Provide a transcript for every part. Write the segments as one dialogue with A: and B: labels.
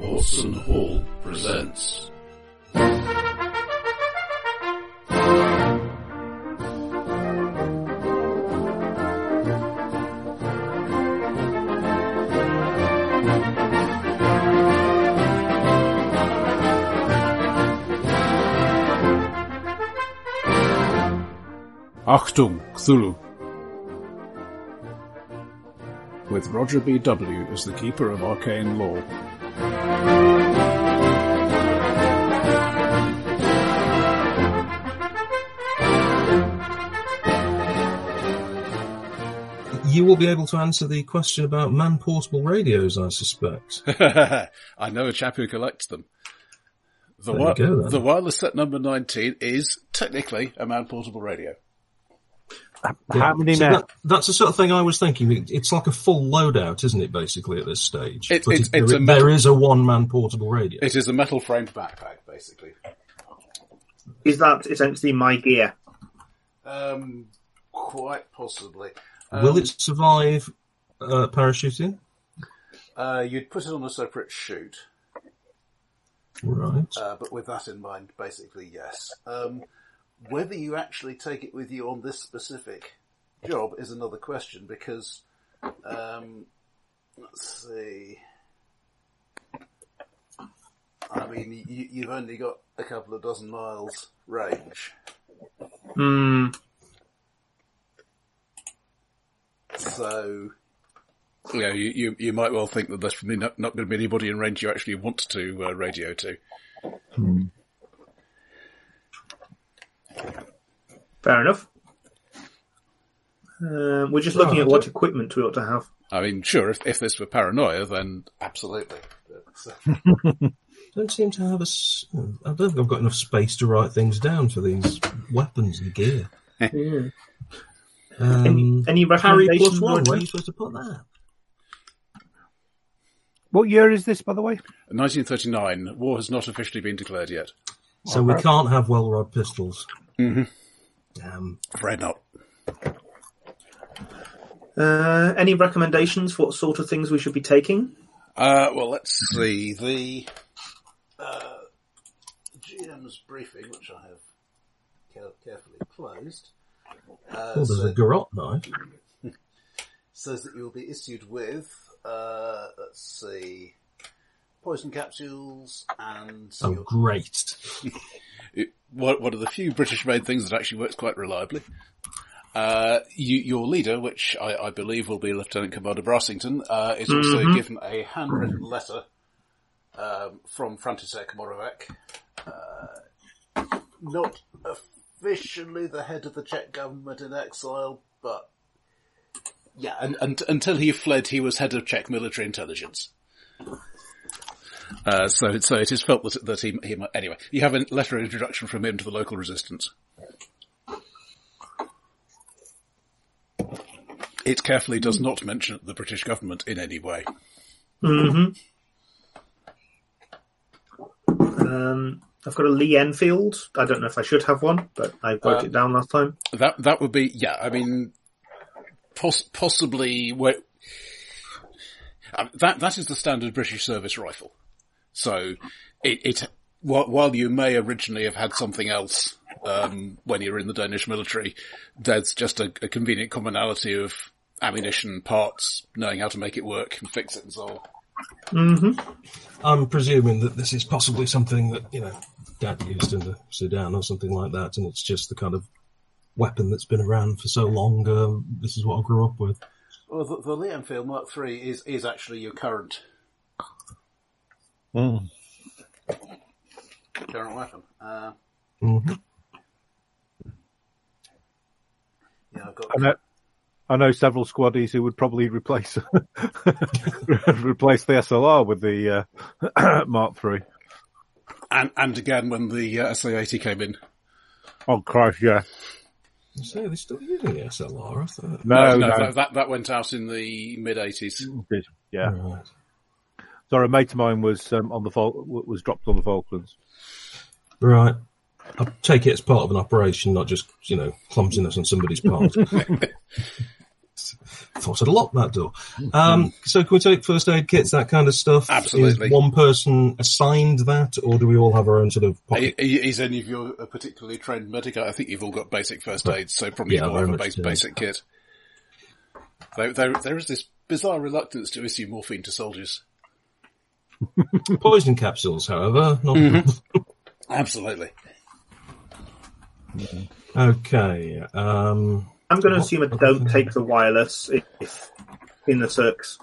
A: Watson Hall presents.
B: Achtung, Cthulhu. With Roger B.W. as the keeper of arcane law.
C: You will be able to answer the question about man portable radios, I suspect.
B: I know a chap who collects them. The,
C: There you
B: wi-
C: go, then.
B: the wireless set number 19 is technically a man portable radio.
C: Yeah.
D: How many
C: So
D: men?
C: that- that's the sort of thing I was thinking. It- It's like a full loadout, isn't it, basically, at this stage?
B: It-
C: But
B: it's-
C: there-
B: it's a
C: there is a one man portable radio.
B: It is a metal framed backpack, basically.
E: Is that essentially my gear?
B: Um, quite possibly. um,
C: will it survive uh, parachuting?
B: Uh, you'd put it on a separate chute.
C: Right.
B: Uh, but with that in mind, basically, yes. Um, whether you actually take it with you on this specific job is another question because, um, let's see. I mean, you, you've only got a couple of dozen miles range.
E: Hmm.
B: So, you know, you, you, you might well think that there's probably not, not going to be anybody in range you actually want to uh, radio to.
E: Fair enough. Um, we're just looking at what equipment we ought to have.
B: I mean, sure, if, if this were paranoia, then absolutely. But, uh,
C: Don't seem to have a. s- I don't think I've got enough space to write things down for these weapons and gear.
E: Yeah.
C: Um,
E: Any
C: Harry
E: recommendations?
C: plus one.
E: Roger?
C: Where are you supposed to put that?
D: What year is this, by the way?
B: 1939. War has not officially been declared yet.
C: So we can't have well rod pistols. Mm-hmm. Damn.
B: Afraid not.
E: Uh, any recommendations for what sort of things we should be taking?
B: Uh, well, let's see. The uh, GM's briefing, which I have care- carefully closed, uh,
C: Oh, there's a
B: sa-
C: garrote knife.
B: says that you will be issued with, uh, let's see, poison capsules and
C: Oh,
B: your-
C: great.
B: it- one one of the few British-made things that actually works quite reliably. Uh, you, your leader, which I, I believe will be Lieutenant Commander Brassington, uh, is also given a handwritten letter um, from František Moravec, uh, not officially the head of the Czech government in exile, but yeah, and, and until he fled, he was head of Czech military intelligence. Uh, so, so it is felt that, that he, he might, anyway, you have a letter of introduction from him to the local resistance. It carefully does not mention the British government in any way.
E: Um, I've got a Lee Enfield. I don't know if I should have one, but I wrote
B: Uh,
E: it down last time.
B: That, that would be, yeah, I mean, poss- possibly, where, uh, that, that is the standard British service rifle. So it, it, while, while you may originally have had something else, um, when you were in the Danish military, there's just a, a convenient commonality of ammunition, parts, knowing how to make it work and fix it and so on.
C: I'm presuming that this is possibly something that, you know, Dad used in the Sudan or something like that, and it's just the kind of weapon that's been around for so long. Um, this is what I grew up with.
B: Well, the, the Lee Enfield Mark III is, is actually your current current weapon. Uh,
C: hmm
B: yeah, I've
D: I
B: got
D: know, I know several squaddies who would probably replace replace the SLR with the uh, Mark III.
B: and and again when the uh, SA80 came in.
D: Oh Christ, yeah.
C: So they're still using the SLR, I thought.
D: No, no.
B: That, that that went out in the mid eighties.
C: Mm.
D: Yeah.
C: Right.
D: Hmm. Sorry, a mate of mine was um, on the Fal- was dropped on the Falklands.
C: Right. I take it as part of an operation, not just, you know, clumsiness on somebody's part. thought I'd lock that door. Um, so can we take first aid kits, that kind of stuff?
B: Absolutely.
C: Is one person assigned that, or do we all have our own sort of
B: Are you-
C: pocket?
B: are you- Is any of you a particularly trained medic? I think you've all got basic first aid, so probably
C: Yeah,
B: you all
C: very
B: have a
C: much
B: base,
C: so.
B: basic kit. Though there, there is this bizarre reluctance to issue morphine to soldiers.
C: Poison capsules, however. Not
B: Mm-hmm. Absolutely.
C: Okay. Um,
E: I'm going to assume I don't take the wireless if, if in the circs.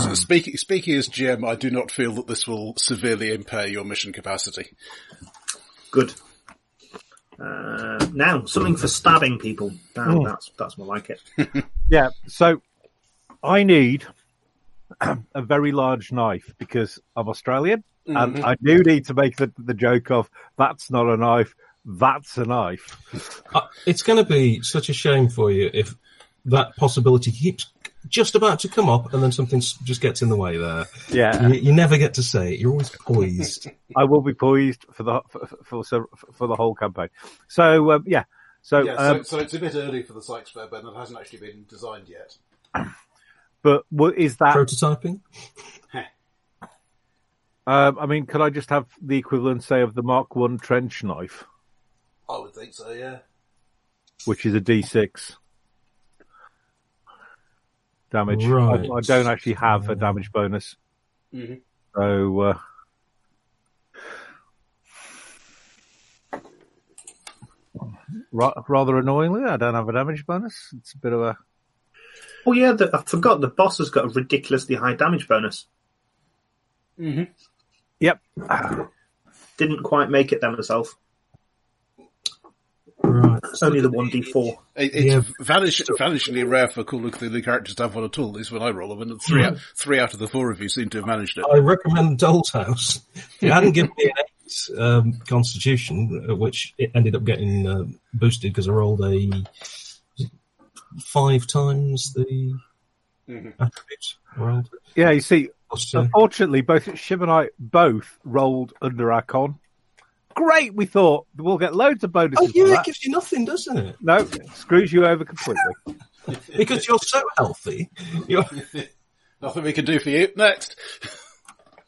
B: So speaking, speaking as GM, I do not feel that this will severely impair your mission capacity.
E: Good. Uh, now something for stabbing people. Now,
C: Oh.
E: That's that's more like it.
D: Yeah, so I need a very large knife because I'm Australian, and I do need to make the, the joke of that's not a knife, that's a knife.
C: I- it's going to be such a shame for you if that possibility keeps just about to come up and then something s- just gets in the way there.
D: Yeah.
C: You, you never get to say it. You're always poised.
D: I will be poised for the for for, for, for the whole campaign. So um, yeah, so, um,
B: so it's a bit early for the psych experiment that hasn't actually been designed yet.
D: but what is that?
C: Prototyping?
D: Um, I mean, could I just have the equivalent, say, of the Mark One trench knife,
B: I would think so, yeah.
D: which is a D6 damage?
C: Right.
D: I, I don't actually have a damage bonus,
B: Mhm.
D: so uh, uh, ra- rather annoyingly, I don't have a damage bonus. It's a bit of a
E: Oh yeah, the, I forgot the boss has got a ridiculously high damage bonus.
D: yep.
E: Didn't quite make it there myself.
C: Right.
E: Only the one d four.
B: It, it's
C: Yeah.
B: vanish, vanishingly rare for Call of Cthulhu characters to have one at all, at least when I roll them, and three, out, three out of the four of you seem to have managed it.
C: I recommend Doll's House. It hadn't given me an eight um, constitution, uh, which it ended up getting uh, boosted because I rolled a five times the attribute I rolled.
D: Yeah, you see,
C: Plus two.
D: Unfortunately, both Shiv and I both rolled under our con. Great, we thought we'll get loads of bonuses.
C: Oh
D: for
C: yeah, it
D: that.
C: gives you nothing, doesn't it?
D: No, screws you over completely.
C: Because you're so healthy. You're,
B: Nothing we can do for you. Next!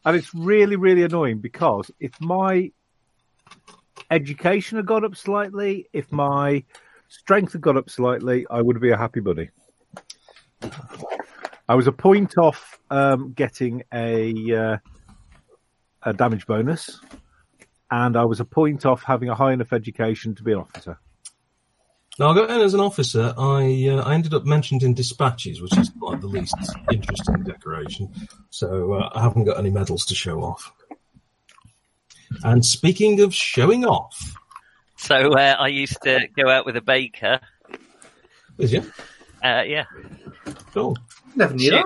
D: and it's really, really annoying because if my education had gone up slightly, if my strength had gone up slightly, I would be a happy bunny. I was a point off um, getting a uh, a damage bonus, and I was a point off having a high enough education to be an officer.
C: Now, I got in as an officer. I uh, I ended up mentioned in dispatches, which is like the least interesting decoration. So uh, I haven't got any medals to show off. And speaking of showing off,
F: So uh, I used to go out with a baker.
C: is Oh, you?
F: Uh, yeah.
C: Cool.
E: Never knew
F: Shit.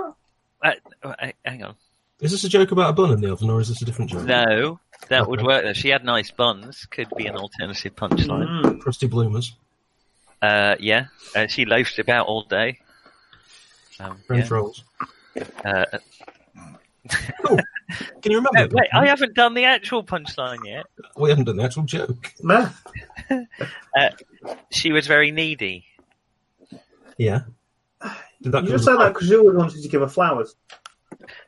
E: that.
F: Uh, uh, hang on.
C: Is this a joke about a bun in the oven, or is this a different joke?
F: No, that would work. Though. She had nice buns. Could be an alternative punchline.
E: Mm.
C: Crusty bloomers,
F: Uh, yeah. Uh, she loafed about all day. Um, yeah.
C: French rolls.
F: Uh,
C: Cool. Can you remember?
F: uh, wait, I haven't done the actual punchline yet.
C: We haven't done the actual joke.
E: Meh.
F: She was very needy.
C: Yeah. Did that come
E: You just
C: as a-
E: said that because you always wanted to give her flowers.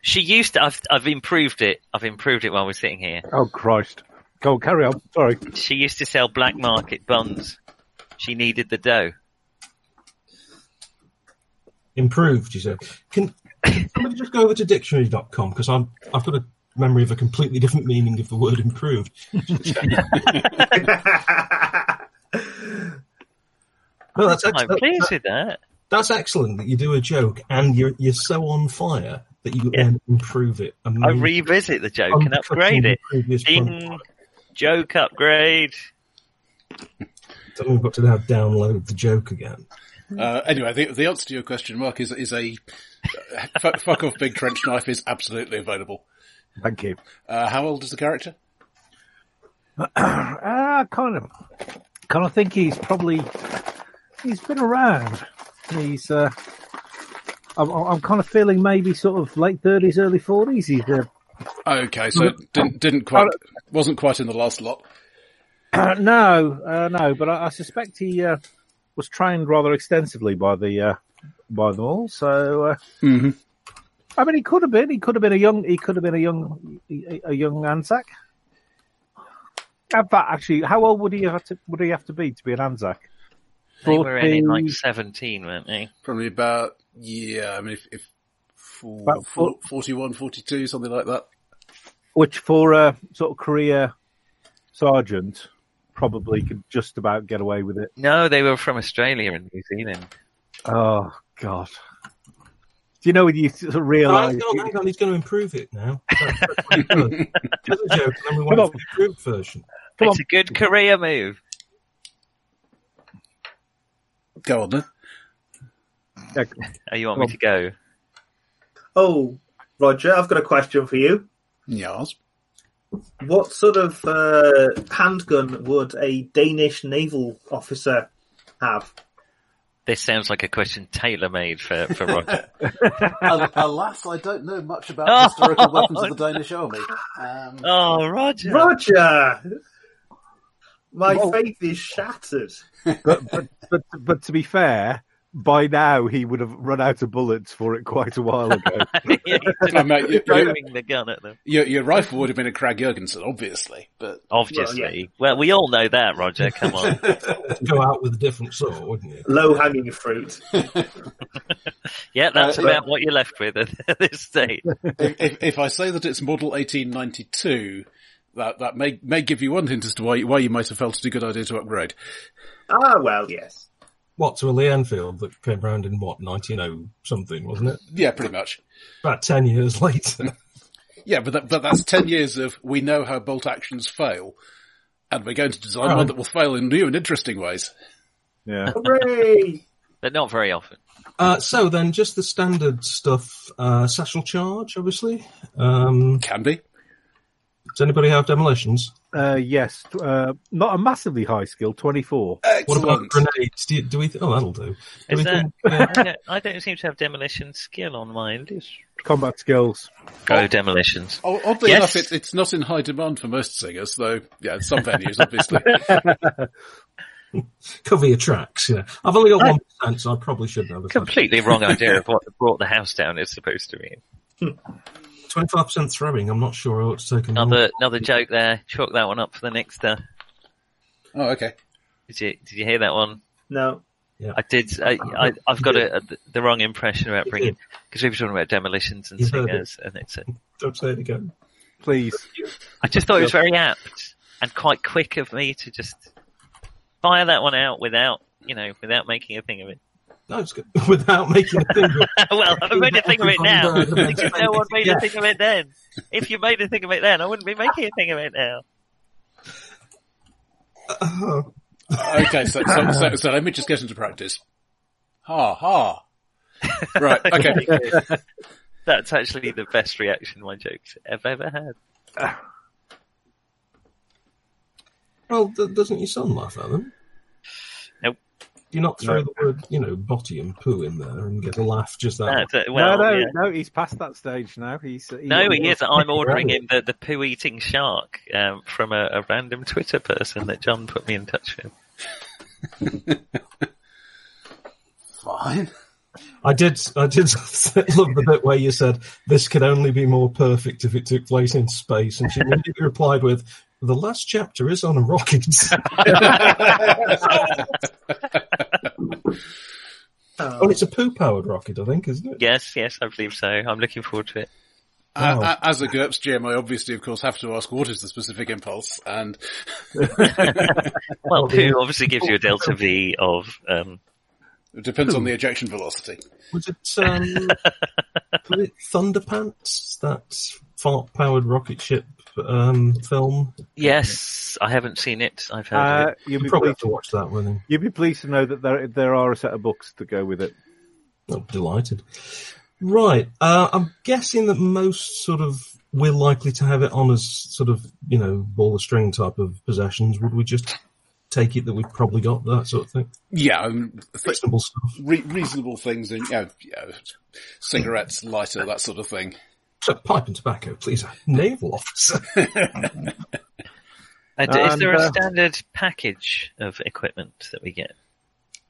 F: She used to. I've I've improved it. I've improved it while we're sitting here.
D: Oh Christ! Go on, carry on. Sorry.
F: She used to sell black market buns. She needed the dough.
C: improved, you say. Can somebody just go over to dictionary.com because I've I've got a memory of a completely different meaning of the word improved. No, that's ex-
F: I'm
C: that-
F: pleased with that.
C: that's excellent that you do a joke and you're you're so on fire that you
F: Yeah.
C: then improve it. and
F: I
C: move
F: revisit the joke
C: on
F: and upgrade
C: from
F: it.
C: the previous
F: Ding.
C: product.
F: Joke upgrade.
C: So we've got to now download the joke again.
B: Uh, anyway, the, the answer to your question, Mark, is, is a, fuck, fuck off big trench knife is absolutely available.
D: Thank you.
B: Uh, how old is the character?
D: Ah, kind of, kind of think he's probably he's been around. He's uh, I'm, I'm kind of feeling maybe sort of late thirties, early forties. He's uh,
B: Okay, so didn't, didn't quite, wasn't quite in the last lot.
D: uh, no, uh, no, but I, I suspect he uh, was trained rather extensively by the uh, by them all. So, uh, I mean, he could have been. He could have been a young. He could have been a young, a, a young Anzac. In fact, actually, how old would he have to would he have to be to be an Anzac?
F: They were in it like
D: 14
F: 17, weren't they?
B: Probably about, yeah, I mean, if, if four,
D: About
B: four,
D: four-
B: 41, 42, something like that.
D: which for a sort of career sergeant probably could just about get away with it.
F: No, they were from Australia and New Zealand.
D: Oh God! Do you know when you sort of realise?
C: Oh, hang on, hang on, he's going to improve it now. That's, that's what he does. He doesn't joke, and then we
D: Come
C: went
D: on.
C: for the improved version.
D: Come
F: it's
D: on.
F: a good career move.
B: Go on then.
D: Yeah,
F: Oh, you want
D: Come
F: me to go?
E: Oh, Roger, I've got a question for you.
B: Yes.
E: What sort of uh, handgun would a Danish naval officer have?
F: This sounds like a question tailor made for, for Roger.
G: Alas, I don't know much about the historical weapons of the Danish army. Um,
F: oh, Roger.
E: Roger, my faith is shattered.
D: but, but but but to be fair, by now he would have run out of bullets for it quite a while ago.
F: Yeah, he's
B: I mean, you- you-
F: throwing the gun at them.
B: your, your rifle would have been a Krag Jurgensen, obviously, but
F: Obviously. Well, we all know that, Roger. Come on.
C: Go out with a different sword, wouldn't you?
E: Low hanging fruit.
F: Yeah, that's
B: Uh,
F: about what you're left with at this stage.
B: if, if, if I say that it's model 1892, that, that may, may give you one hint as to why, why you might have felt it a good idea to upgrade.
E: ah, well, yes.
C: What to a Lee Enfield that came round in what 190 something, wasn't it?
B: Yeah, pretty much.
C: About ten years later.
B: Yeah, but that, but that's 10 years of we know how bolt actions fail. And we're going to design
C: Oh.
B: one that will fail in new and interesting ways.
D: Yeah,
E: Hooray!
F: But not very often.
C: Uh, so then, just the standard stuff: uh, satchel charge, obviously. Um,
B: Can be.
C: does anybody have demolitions?
D: uh, yes, t- uh, not a massively high skill, twenty four.
C: What about
B: Excellent.
C: grenades? Do, you, do we? Th- oh, that'll do. do
F: Is
C: we
F: that-
C: think, uh,
F: I don't, I don't seem to have demolition skill on mine.
D: Combat skills.
F: Go demolitions.
B: O- Oddly
F: Yes.
B: enough, it's, it's not in high demand for most singers, though, yeah, in some venues, obviously.
C: cover your tracks. Yeah, I've only got one percent, so I probably shouldn't have a
F: Completely wrong idea of what brought the house down is supposed to mean.
C: Twenty-five percent throwing. I'm not sure I ought to take another.
F: Another another joke there. Chalk that one up for the next. Uh,
B: oh, okay.
F: did you did you hear that one?
E: No.
F: I did. I, I I've got a, a, the wrong impression about bringing because we were talking about demolitions and
C: You heard it.
F: singers, and it's. A,
C: Don't say it again.
D: Please,
F: I just thought it was very apt and quite quick of me to just fire that one out without you know without making a thing of it.
C: No, it's good. without making a thing.
F: well, I've made a thing of it now.
C: Everybody
F: because no one made
C: Yeah.
F: a thing of it then. If you made a thing of it then, I wouldn't be making a thing of it now.
C: Oh.
B: Okay, so, so, so, so let me just get into practice. Ha ha. Right, okay.
F: That's actually the best reaction my jokes have ever had.
C: Well, th- doesn't your son laugh at them?
F: Nope.
C: Do you not throw
D: No.
C: the word, you know, botty and poo in there and get a laugh just that?
F: That's it. well,
D: Oh. no, no,
F: yeah.
D: no. He's past that stage now. He's he-
F: no, he is. I'm ordering him the, the poo eating shark um, from a, a random Twitter person that John put me in touch with.
G: fine.
C: I did. I did love the bit where you said this could only be more perfect if it took place in space, and she immediately replied with, "The last chapter is on a rocket." oh, it's a poo-powered rocket, I think, isn't it?
F: Yes, yes, I believe so. I'm looking forward to it.
B: Uh, uh, as a GURPS GM, I obviously, of course, have to ask what is the specific impulse, and
F: Well, poo obviously gives you a delta V of um,
B: it depends on the ejection velocity.
C: Was it, um, was it Thunderpants? That fart-powered rocket ship um, film.
F: yes. I haven't seen it. I've heard of it.
D: Uh, you'll
C: You
D: be
C: probably have
D: pleased.
C: to watch that with him.
D: You'll be pleased to know that there there are a set of books to go with it.
C: Oh, delighted. Right. Uh, I'm guessing that most sort of we're likely to have it on as sort of, you know, ball of string type of possessions. Would we just take it that we've probably got that sort of thing?
B: Yeah, um, th-
C: Reasonable stuff.
B: re- reasonable things, and yeah, yeah, cigarettes, lighter, that sort of thing.
C: So pipe and tobacco, please. Naval officer.
F: Uh, d- is
D: And,
F: there a
D: uh,
F: standard package of equipment that we get?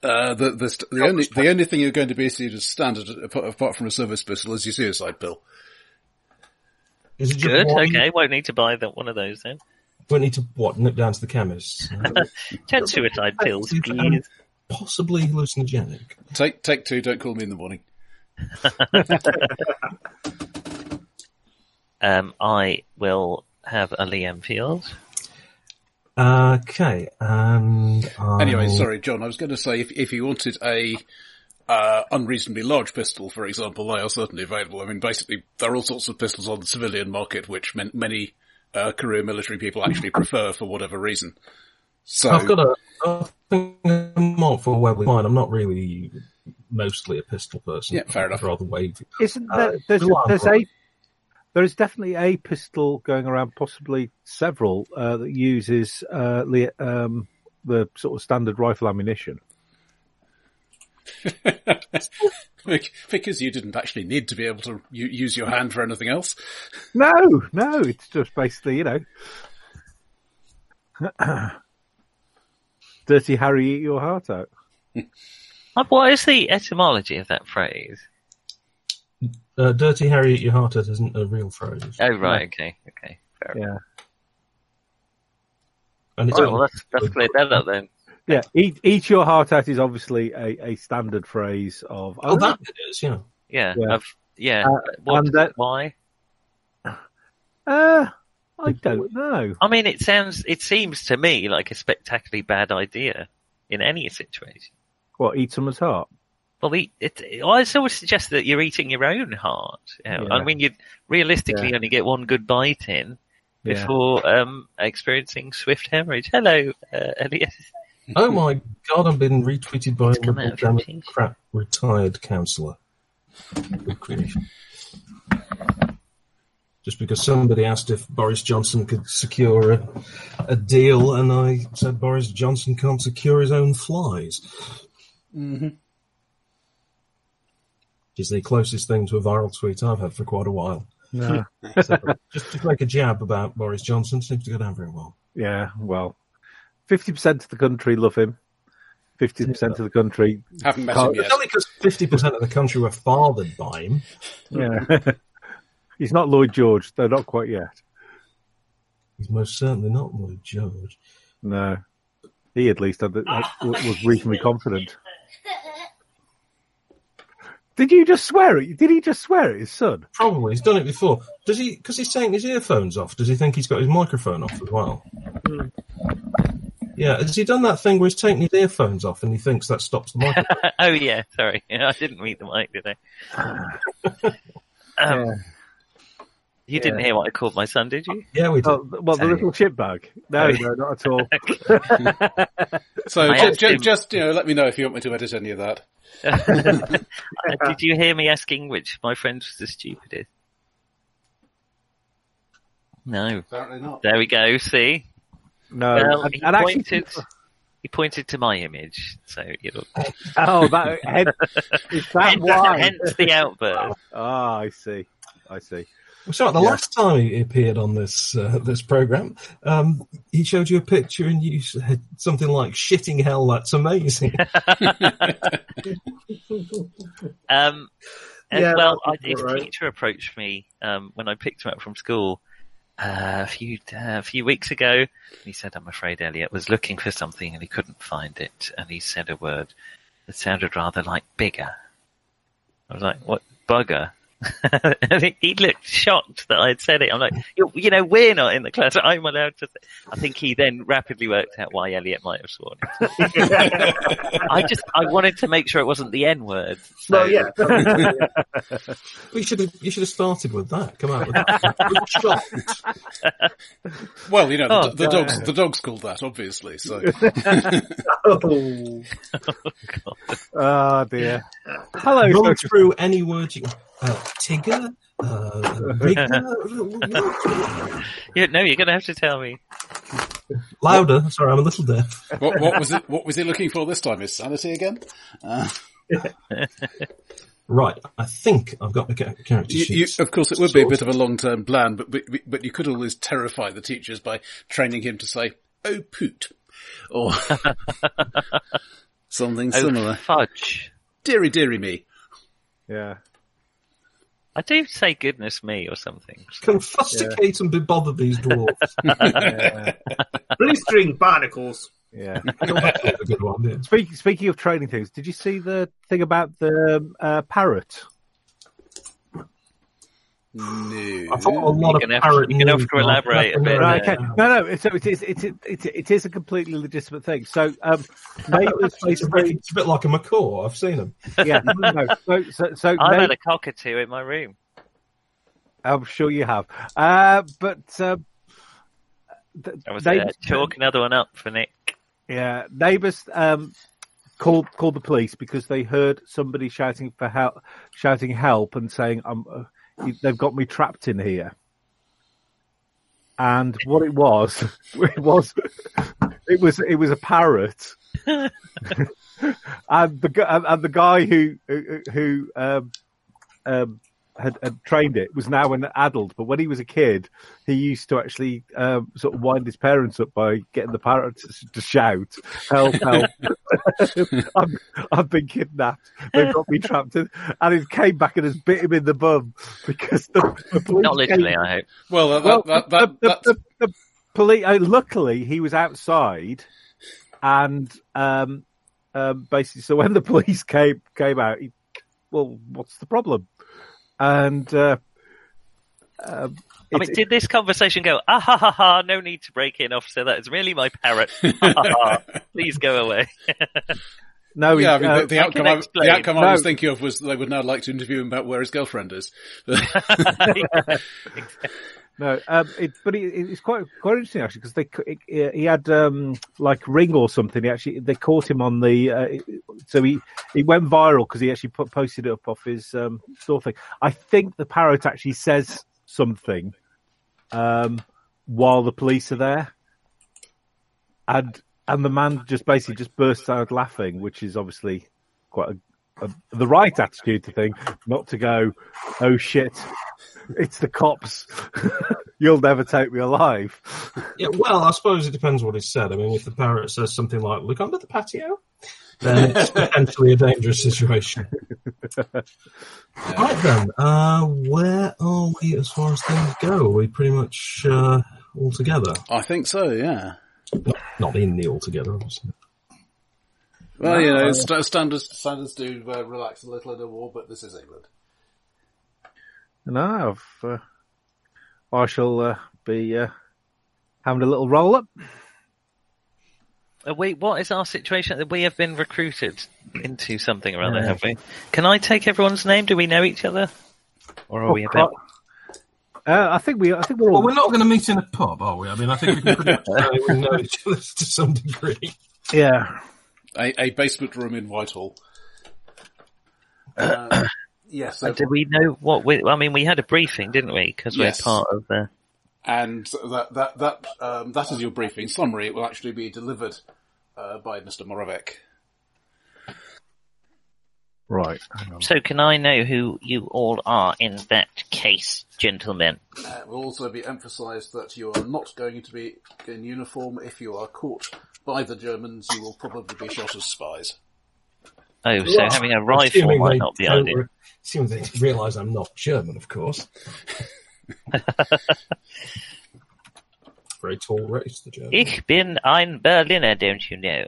B: Uh, the, the, st- the only, the only thing you're going to be issued as standard ap- apart from a service pistol is your suicide pill.
C: Is it just
F: Good.
C: one?
F: Okay, won't need to buy that one of those then.
C: Don't need to what nip down to the chemist.
F: Ten suicide pills,
C: Um,
F: please.
C: Possibly hallucinogenic.
B: Take, take two, don't call me in the morning.
F: Um, I will have a Liam Field.
C: Uh, Okay, and I-
B: Anyway, sorry, John, I was going to say if, if you wanted a, uh, unreasonably large pistol, for example, they are certainly available. I mean, basically, there are all sorts of pistols on the civilian market, which men- many, uh, career military people actually prefer for whatever reason. So,
C: I've got a. I think I'm marked for Webley mine. I'm not really mostly a pistol person.
B: Yeah, fair enough.
C: I'd rather wave.
D: Isn't
C: Uh,
D: there? there's,
C: go on,
D: there's
C: go on.
D: a there is definitely a pistol going around, possibly several uh, that uses uh, le- um, the sort of standard rifle ammunition.
B: Bec- Because you didn't actually need to be able to u- use your hand for anything else.
D: No, no, it's just basically you know, dirty Harry, eat your heart out.
F: Uh, What is the etymology of that phrase?
C: Uh, Dirty Harry at your heart out isn't a real phrase.
F: Oh, right. Okay. Okay. Fair.
D: Yeah,
C: And
B: Oh,
F: Right, Oh, well, that's, that's cleared that up then.
D: yeah. Eat, eat your heart out is obviously a, a standard phrase of.
C: Oh, that it is, yeah.
F: Yeah.
D: Yeah.
F: I've, yeah.
D: Uh,
F: but what-
D: and that-
F: why?
D: Uh, I don't know.
F: I mean, it sounds, it seems to me like a spectacularly bad idea in any situation.
D: What eat someone's heart?
F: Well, the, it, it, I always suggest that you're eating your own heart. you know. I
D: Yeah.
F: mean, you realistically only get one good bite in
D: Yeah.
F: before um, experiencing swift hemorrhage. Hello, uh, Elias.
C: Oh my god, I've been retweeted by
F: It's come
C: a
F: out of your teeth.
C: crap retired counsellor. Good grief. Just because somebody asked if Boris Johnson could secure a, a deal, and I said Boris Johnson can't secure his own flies. Mm-hmm. Which is the closest thing to a viral tweet I've had for quite a while.
D: No.
C: So just to make a jab about Boris Johnson seems to go down very well.
D: Yeah, well, fifty percent of the country love him. Fifty percent of the country,
B: Haven't met him
D: Can't-
B: yet.
C: Only because 50% of the country were fathered by him.
D: yeah. He's not Lloyd George, though not quite yet.
C: He's most certainly not Lloyd George.
D: No, he at least had the, had- was reasonably confident. Did you just swear at? Did he just swear at his son?
C: Probably he's done it before. Does he? Because he's taking his earphones off. Does he think he's got his microphone off as well? Yeah. Has he done that thing where he's taking his earphones off and he thinks that stops the microphone?
F: oh yeah, sorry, I didn't meet the mic, did I? um, You didn't hear what I called my son, did you?
C: yeah, we did.
D: Oh, well, the little chip bag. No, no, not at all.
B: So
F: I
B: ju-
F: asked
B: ju-
F: him.
B: just, you know, let me know if you want me to edit any of that.
F: Uh, Did you hear me asking which my friend was the stupidest? No.
G: Apparently not.
F: There we go. See,
D: No,
F: well,
D: and,
F: he
D: and Oh, actually,
F: pointed. He pointed to my image, so you know.
D: oh, that head, is that
F: Hence,
D: why?
F: hence the outburst.
D: Ah, I see, I see.
C: Well, sorry, the last time he appeared on this uh, this program, um, he showed you a picture and you said something like "shitting hell, that's amazing."
F: Um, and
E: Yeah,
F: well, I,
E: that's
F: his
E: right.
F: teacher approached me um, when I picked him up from school uh, a few uh, a few weeks ago. And he said, "I'm afraid Elliot was looking for something and he couldn't find it." And he said a word that sounded rather like bigger. I was like, "What bugger?" and he- he looked shocked that I had said it. I'm like, you, you know, we're not in the class. I'm allowed to. Say. I think he then rapidly worked out why Elliot might have sworn it. I just, I wanted to make sure it wasn't the N word. So
E: well, yeah.
C: you should have you should have started with that. Come out with that. Good shot.
B: Well, you know, the,
F: Oh,
B: the dogs, the dogs called that, obviously. So
E: Oh.
D: Oh dear. Hello,
C: Run
D: social
C: through any word you uh, Tigger, uh, rigger,
F: Yeah, no, you're going to have to tell me.
C: louder. Sorry, I'm a little deaf.
B: what, what was it, what was he looking for this time? Is sanity again?
C: Right, I think I've got the ca- character
B: You, you,
C: sheets.
F: uh,
B: of course, it would be a bit of a long-term plan, but, but but you could always terrify the teachers by training him to say "oh poot," or Something
F: Oh,
B: similar.
F: fudge.
B: Deary, deary me.
D: Yeah.
F: I do say goodness me or something.
C: Can fusticate and be bothered, these dwarves.
D: Yeah.
E: Blistering barnacles.
D: yeah.
C: That's a good one, yeah.
D: Speaking speaking of training things, did you see the thing about the um, uh, parrot?
B: No.
C: I thought a lot
F: You're
C: of
F: gonna have-
C: parrot
F: you're gonna have
C: news
F: to
C: on-
F: elaborate a bit
C: Oh, Yeah.
D: Right, okay. No, no. So it is it is it, it is a completely legitimate thing. So um, neighbours
C: It's a bit,
D: basically,
C: it's a bit like a macaw. I've seen them.
D: yeah. No, so so, so
F: I've
D: neigh-
F: had a cockatoo in my room.
D: I'm sure you have. Uh, but um, th-
F: I was uh,
D: neighbours-
F: chalk another one up for Nick.
D: Yeah, neighbours um, called called the police because they heard somebody shouting for help, shouting help, and saying, "I'm uh, you- they've got me trapped in here." And what it was, it was, it was, it was a parrot. and the gu- and and the guy who who- who um, um, had, had trained it was now an adult, but when he was a kid, he used to actually um, sort of wind his parents up by getting the parents to, to shout, "Help! Help! I'm, I've been kidnapped. They've got me trapped." In, and he came back and has bit him in the bum because the, the police
F: Not literally,
D: came-
F: I hope.
B: Well, that,
D: Well,
B: that, that,
D: the,
B: that,
D: the, the, the police. Uh, luckily, he was outside, and um, um, basically, so when the police came came out, he, well, what's the problem? And uh, um,
F: I
D: it's-
F: mean, did this conversation go, ah ha ha ha, no need to break in, officer, that is really my parrot. Ha, ha, ha. Please go away.
D: no, he,
B: Oh, yeah, I mean,
D: uh,
B: the, the outcome, I,
F: explain.
B: the outcome I
D: No.
B: was thinking of was they would now like to interview him about where his girlfriend is.
D: No, um, it, but it, it- it's quite quite interesting actually because they c- it, he had um, like ring or something. He actually they caught him on the uh, so he it went viral because he actually put, posted it up off his um, store thing. I think the parrot actually says something um, while the police are there, and and the man just basically just bursts out laughing, which is obviously quite a, a, the right attitude to thing, not to go, oh shit, it's the cops. You'll never take me alive.
C: Yeah, well, I suppose it depends what is said. I mean, if the parrot says something like "Look under the patio," then it's potentially a dangerous situation. Right then, uh, where are we as far as things go? Are we pretty much uh, all together?
B: I think so, yeah.
C: Not in the all together, obviously.
B: Well, you know, st- standards standards do uh, relax a little in a war, but this is England.
D: No, I've, uh, I shall uh, be uh, having a little roll up.
F: Are Uh, we, what is our situation? We have been recruited into something or other, have we? Can I take everyone's name? Do we know each other? Or
B: Oh,
F: are we about?
D: Uh, I think we. I think we're all.
C: Well, we're not going to meet in a pub, are we? I mean, I think we can pretty much say we know each other to some degree.
D: yeah.
B: A, a basement room in Whitehall.
G: Uh, yes, so-
F: Do we know what we, I mean, we had a briefing, didn't we? Because we're
B: Yes.
F: part of the,
B: And that, that, that, um, that is your briefing summary. It will actually be delivered, uh, by Mr. Moravec.
D: Right.
F: so can I know who you all are in that case, gentlemen?
B: It will Uh, also be emphasised that you are not going to be in uniform. If you are caught by the Germans, you will probably be shot as spies.
F: Oh, so
C: Well,
F: having
C: Assuming
F: a rifle might
C: they
F: not be
C: don't
F: ideal.
C: re- Assuming they realise I'm not German, of course. Very tall race, the German.
F: Ich bin ein Berliner, don't you know?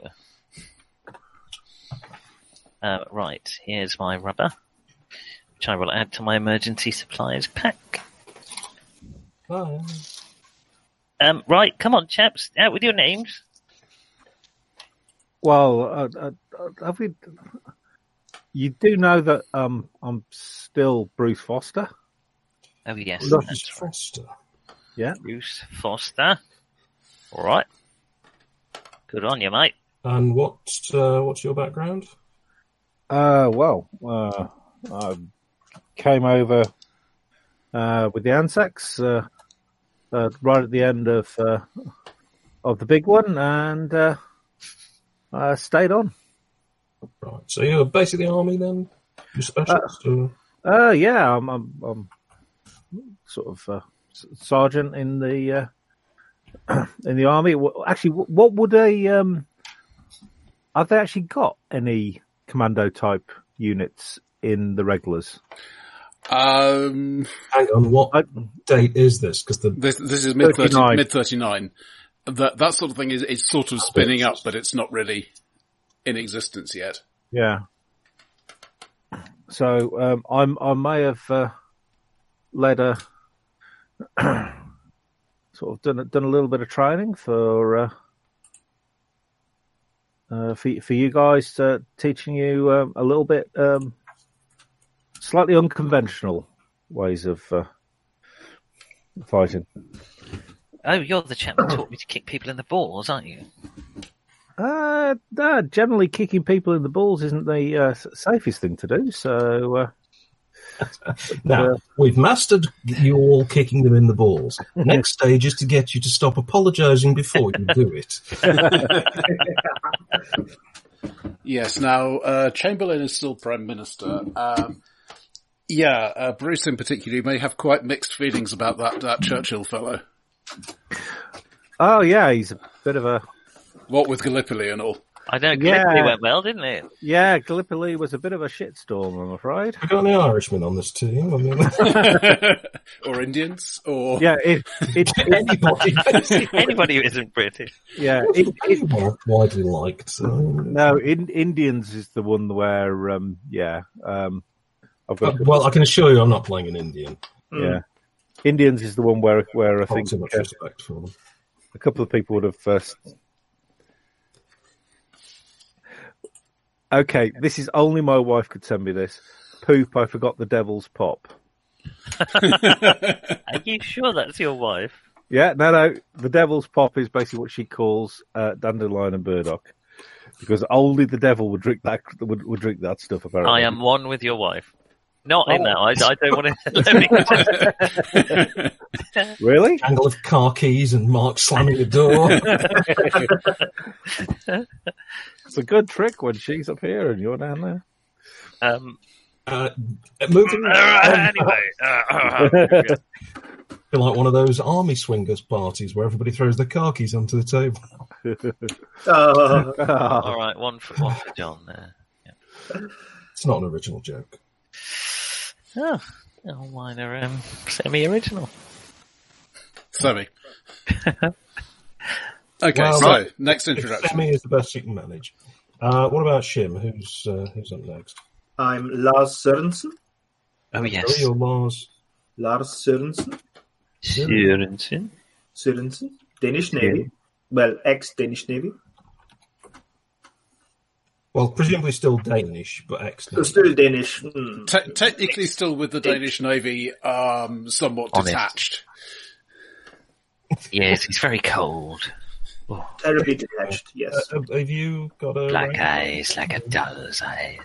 F: Uh, right, here's my rubber, which I will add to my emergency supplies pack.
C: Oh,
F: Um, right, come on, chaps, out with your names.
D: Well, uh, uh, uh, have we? You do know that um, I'm still Bruce Foster.
F: Oh, yes,
C: that is
F: that's
C: Foster.
F: Bruce Foster. All right. Good on you, mate.
C: And what? Uh, what's your background?
D: Uh, well, uh, I came over uh, with the Ansex uh, uh, right at the end of uh, of the big one, and uh, I stayed on.
C: Right, so you're basically army then. You're specialist. or-
D: Uh, yeah, I'm, I'm, I'm sort of uh, s- sergeant in the uh, in the army. Wh- Actually, wh- what would a um, Have they actually got any commando type units in the regulars?
B: Um,
C: Hang on, what
D: I-
C: date is this? Because the
B: this, this is mid
D: 39.
B: mid thirty nine. That that sort of thing is, is sort of spinning up, but it's not really in existence yet.
D: Yeah. So um, I'm I may have uh, led a sort of done a- done a little bit of training for uh, uh, for for you guys uh, teaching you um, a little bit um, slightly unconventional ways of uh, fighting.
F: Oh, you're the chap that taught me to kick people in the balls, aren't you?
D: Uh, no, generally, kicking people in the balls isn't the uh, s- safest thing to do. So. Uh,
C: now we've mastered you all kicking them in the balls. Next stage is to get you to stop apologising before you do it.
B: Yes. Now, uh, Chamberlain is still prime minister. Um, yeah, uh, Bruce in particular may have quite mixed feelings about that, that Churchill fellow.
D: Oh yeah, he's a bit of a
B: What with Gallipoli and all.
F: I know Gallipoli
D: Yeah.
F: went well, didn't it?
D: yeah. Gallipoli was a bit of a shitstorm, I'm afraid.
C: We've got any Irishmen on this team? I mean,
B: or Indians, or
D: Yeah, it, it, it
C: anybody,
F: Anybody who isn't British.
D: yeah. It, it,
C: Well, widely liked. So.
D: no, in, Indians is the one where um, yeah, um, I've
C: Uh,
D: got
C: Well, I can assure you, I'm not playing an Indian.
D: yeah. Indians is the one where where I
C: I
D: think
C: hmm. too much
D: uh,
C: respect for them.
D: a couple of people would have uh, first. Okay, this is only my wife could send me this. Poop, I forgot the devil's pop.
F: Are you sure that's your wife?
D: Yeah, no, no. The devil's pop is basically what she calls uh, dandelion and burdock, because only the devil would drink that would, would drink that stuff. Apparently,
F: I am one with your wife. Not in
D: Oh.
F: that. I, I don't want to. Let me just,
D: really.
C: Angle of car keys and Mark slamming the door.
D: It's a good trick when she's up here and you're down there.
F: um,
C: uh, moving on,
F: anyway, uh,
C: feel like one of those army swingers parties where everybody throws their car keys onto the table.
E: Oh,
F: all right, one for one for John there.
C: It's not an original joke.
F: Oh, oh mine are um, semi-original.
B: Sammy. Okay,
C: Well,
B: so
C: right.
B: next introduction.
C: Sammy is the best you can manage. Uh, what about Shim? Who's uh, who's up next?
E: I'm Lars Sørensen.
F: Oh
C: Billy
F: yes,
C: or Lars?
E: Lars Sørensen.
F: Sørensen.
E: Sørensen. Danish Navy. Well, ex-Danish Navy.
C: Well, presumably still Danish, but excellent.
E: Still Danish. Hmm.
B: Te- technically still with the Danish Navy, um, somewhat
F: Honest.
B: detached.
F: Yes, he's very cold.
E: Terribly detached, yes.
C: Uh, have you got a
F: Black
C: rank?
F: eyes, like a doll's eyes.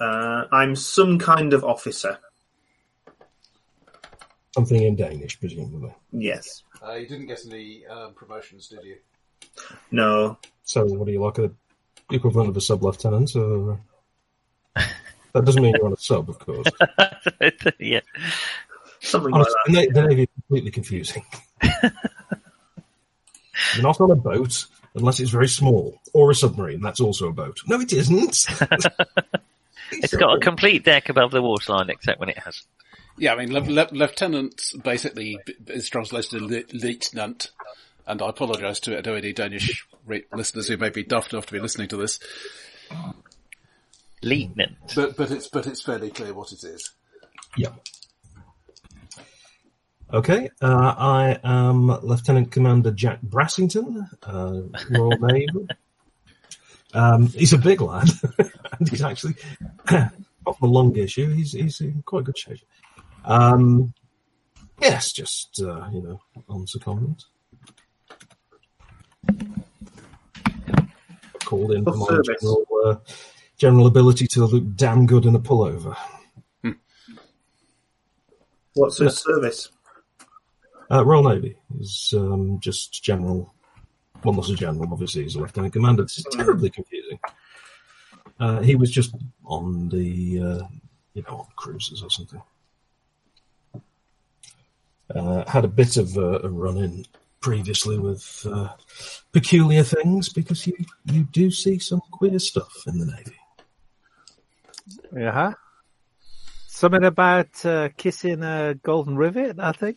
E: Uh, I'm some kind of officer.
C: something in Danish, presumably?
E: Yes.
G: Uh, you didn't get any um, promotions, did you?
E: No.
C: So, what are you like a equivalent of a sub lieutenant? Or that doesn't mean you're on a sub, of course.
F: yeah.
E: Something like
C: Honestly, the,
E: that.
C: na- the navy is completely confusing. you're not on a boat unless it's very small, or a submarine. That's also a boat. No, it isn't.
F: It's got a complete deck above the waterline, except when it has.
B: Yeah, I mean, le- le- lieutenant basically b- is translated to le- lieutenant, and I apologise to, to any Danish re- listeners who may be daft enough to be listening to this,
F: Lieutenant.
B: but but it's but it's fairly clear what it is.
C: Yeah. Okay, uh, I am Lieutenant Commander Jack Brassington, uh, Royal Naval. Um, he's a big lad, and he's actually not for long issue. He's he's in quite good shape. Um, yes, just uh, you know, on secondment. Called in for
E: For
C: my
E: service.
C: general, uh, general ability to look damn good in a pullover.
E: What's his service?
C: Uh, Royal Navy is um, just general. Well, not a general, obviously. He's a lieutenant commander. This is terribly confusing. Uh, he was just on the, uh, you know, on cruises or something. Uh, had a bit of a, a run in previously with uh, peculiar things because you, you do see some queer stuff in the Navy.
D: Yeah. huh? Something about uh, kissing a golden rivet, I think.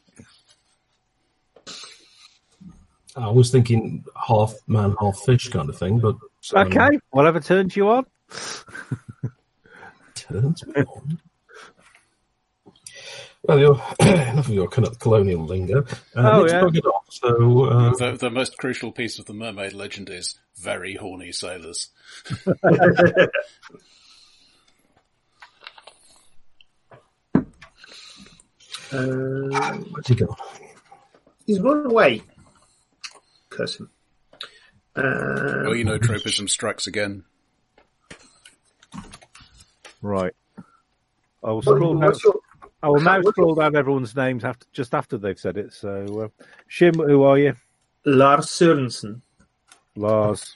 C: I was thinking half man, half fish kind of thing, but um,
D: Okay, whatever turns you on.
C: turns me on. Well, you're, enough of your kind of colonial lingo. Uh,
D: Oh,
C: let's
D: yeah.
C: bug it off. So, uh,
B: The, the most crucial piece of the mermaid legend is very horny sailors.
E: Uh,
C: where's he gone?
E: he's run away. Curse him. Uh,
B: Well, you know, tropism strikes again.
D: Right. I will
E: what-
D: scroll down.
E: what's your-
D: I will now scroll down everyone's names after just after they've said it. So, uh, Shim, who are you?
E: Lars Sørensen.
D: Lars.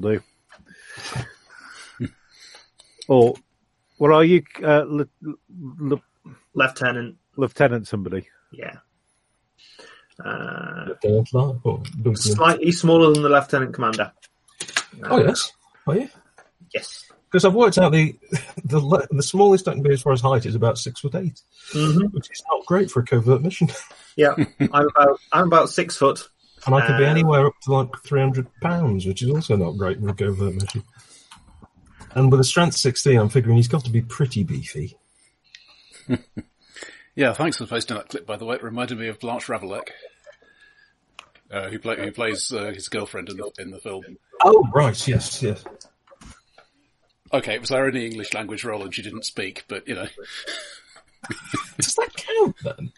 D: do. or what Oh, are you, uh, l- l- l-
E: Lieutenant.
D: Lieutenant? Somebody.
E: Yeah. Uh,
C: Don't lie. Oh, don't-
E: slightly smaller than the Lieutenant Commander.
C: oh, yes. Are you?
E: Yes.
C: Because I've worked out the the, le- the smallest I can be as far as height is about six foot eight,
E: hmm
C: which is not great for a covert mission.
E: Yeah. I'm about I'm about six foot.
C: And I could be
D: Uh.
E: Um,
C: anywhere up to like 300 pounds, which is also not great for a covert mission. And with a strength 16, I'm figuring he's got to be pretty beefy.
B: Yeah, thanks for posting that clip, by the way. It reminded me of Blanche Ravelec, uh, who, play, who plays uh, his girlfriend in the, in the film.
C: Oh, right, yes, yes.
B: Okay, it was her only English language role and she didn't speak, but, you know,
C: Does that count then?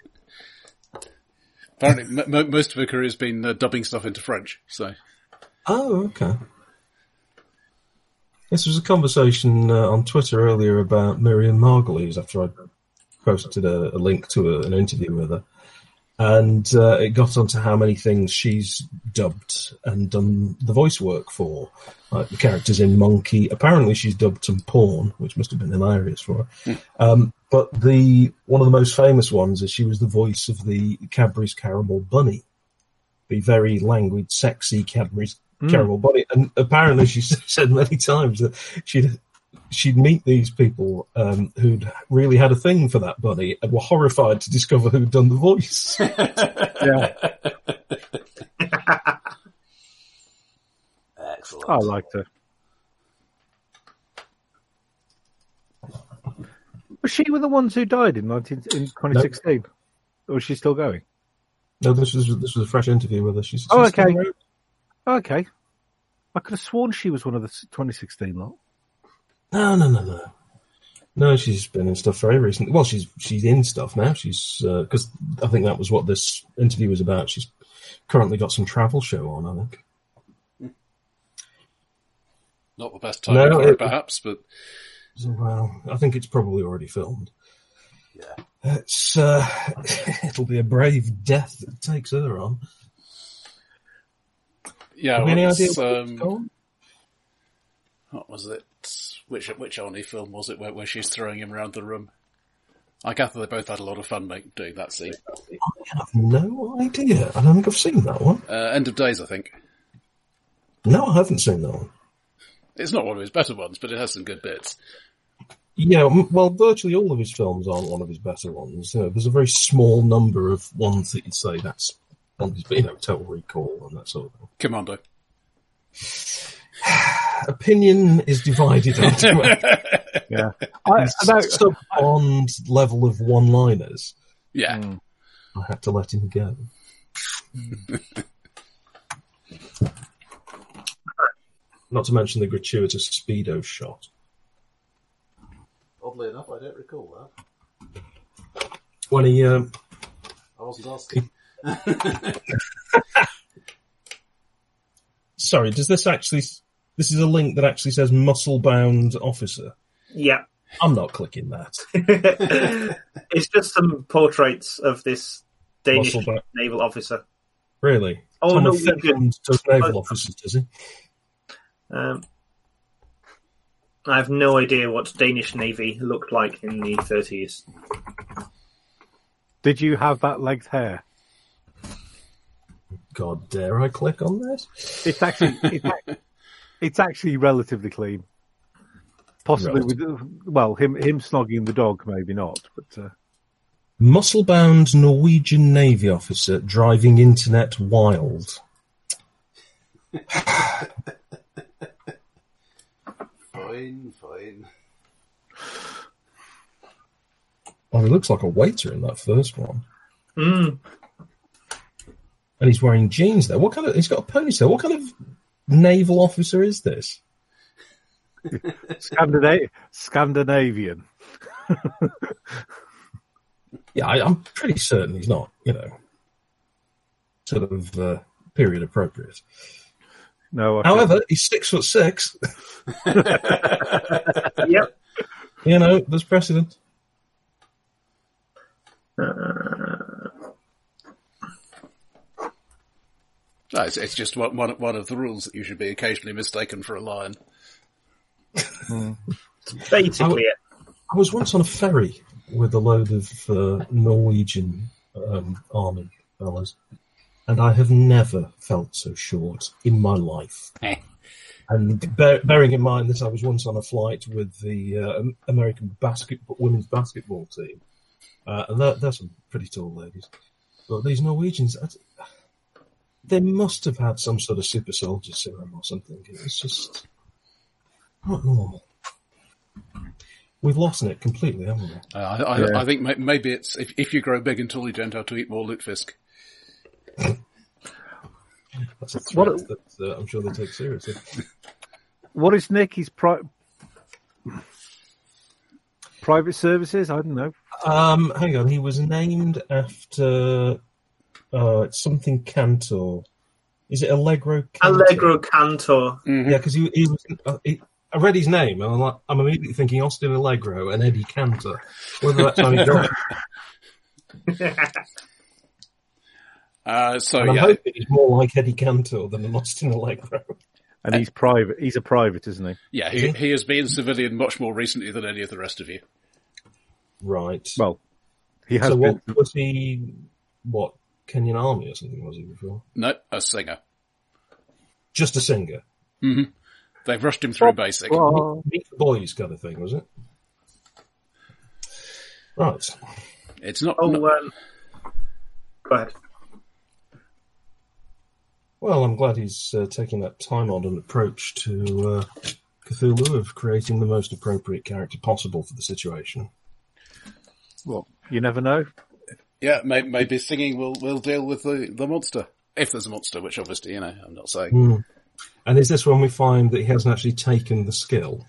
B: apparently m- mo most of her career has been uh, dubbing stuff into French, so.
C: Oh, okay. This was a conversation uh, on Twitter earlier about Miriam Margolyes after I posted a, a link to a, an interview with her. And uh, it got onto how many things she's dubbed and done the voice work for. Like the characters in Monkey. Apparently, she's dubbed some porn, which must have been hilarious for her. Um, but the one of the most famous ones is she was the voice of the Cadbury's Caramel Bunny be very languid, sexy Cadbury's
D: Hmm.
C: caramel bunny. And apparently, she s- said many times that she'd she'd meet these people um, who'd really had a thing for that bunny and were horrified to discover who'd done the voice.
G: Excellent.
D: I like her. Was she with the ones who died in 19, in 2016? Or is she still going?
C: no, this was this was a fresh interview with her. She's,
D: Oh,
C: she's still
D: okay.
C: around.
D: Okay. I could have sworn she was one of the s- 2016 lot.
C: No, no, no, no. No, she's been in stuff very recently. Well, she's she's in stuff now. She's because I think that was what this interview was about. She's currently got some travel show on. I think.
B: Not the best time
C: No,
B: for it,
C: it-
B: perhaps, but
C: So, well, I think it's probably already filmed.
G: Yeah.
C: It's uh, it'll be a brave death that takes her on.
B: yeah,
C: Have you any
B: well,
C: idea
B: it's,
C: what it's
B: um,
C: called?
B: what was it? Which which Arnie film was it where, where she's throwing him around the room? I gather they both had a lot of fun make, doing that scene.
C: I have no idea. I don't think I've seen that one.
B: Uh, End of Days, I think.
C: No, I haven't seen that one.
B: It's not one of his better ones, but it has some good bits.
C: Yeah, m- well, virtually all of his films aren't one of his better ones. You know, there's a very small number of ones that you'd say that's one of his, you know, Total Recall and that sort of thing.
B: Commando.
C: Opinion is divided on
D: Yeah. I, I know,
C: sub on level of one-liners.
B: Yeah.
C: I had to let him go. Not to mention the gratuitous speedo shot.
G: Oddly enough, I don't recall that.
C: When he, um,
G: I wasn't asking.
C: sorry, does this actually? This is a link that actually says muscle-bound officer.
E: Yeah.
C: I'm not clicking that.
E: it's just some portraits of this Danish
C: Muscle back.
E: naval officer.
C: Really?
E: Oh,
C: Tom
E: no,
C: of
E: we
C: Finland does naval officers, does he?
E: Um, I have no idea what Danish navy looked like in the 30s.
D: did you have that length hair?
C: God, dare I click on this?
D: It's actually it's, ac- it's actually relatively clean. Possibly with well him him snogging the dog, maybe not, but uh,
C: Muscle-bound Norwegian Navy officer driving internet wild.
G: Fine, fine.
C: Oh, he looks like a waiter in that first one.
E: Mm.
C: And he's wearing jeans there. What kind of? He's got a ponytail. What kind of naval officer is this?
D: Scandina- Scandinavian.
C: Yeah, I, I'm pretty certain he's not. You know, sort of uh, period appropriate.
D: No, I
C: However, he's six foot six.
E: Yep.
C: You know, there's precedent.
B: No, it's, it's just one, one, one of the rules that you should be occasionally mistaken for a lion.
E: Basically, it.
C: I was once on a ferry with a load of uh, Norwegian um, army fellas, and I have never felt so short in my life.
B: Eh.
C: and bear, bearing in mind that I was once on a flight with the uh, Am- American basketball, women's basketball team, uh, and they're, they're some pretty tall ladies. But these Norwegians, I d- they must have had some sort of super soldier serum or something. It's just not normal. We've lost it completely, haven't we?
B: Uh, I, I,
D: Yeah.
B: I think may, maybe it's if, if you grow big and tall, you don't have to eat more lutefisk.
C: That's a threat
D: What a-
C: that uh, I'm sure they take seriously.
D: What is Nick? He's pri- private services. I don't know.
C: Um, hang on, he was named after uh, it's something Cantor. Is it Allegro? Cantor?
E: Allegro Cantor.
C: Yeah, because he, he was. Uh, he, I read his name and I'm like, I'm immediately thinking Austin Allegro and Eddie Cantor. Whether that's on his own,
B: Uh, so
C: and I'm
B: yeah,
C: hoping he's more like Eddie Cantor than an Austin Allegro.
D: And he's private. He's a private, isn't he?
B: yeah, he, he has been civilian much more recently than any of the rest of you.
C: Right.
D: Well, he has
C: so
D: been.
C: what was he? What Kenyan army or something was he before?
B: No, a singer.
C: Just a singer,
B: They've rushed him through basic.
D: Oh,
C: meet the boys kind of thing, was it? Right.
B: It's not.
E: Oh,
B: not-
E: um, go ahead.
C: Well, I'm glad he's uh, taking that time-honored approach to uh, Cthulhu of creating the most appropriate character possible for the situation.
D: well, you never know.
B: yeah, may, maybe singing will will deal with the the monster if there's a monster, which obviously you know I'm not saying.
D: Hmm.
C: And is this when we find that he hasn't actually taken the skill?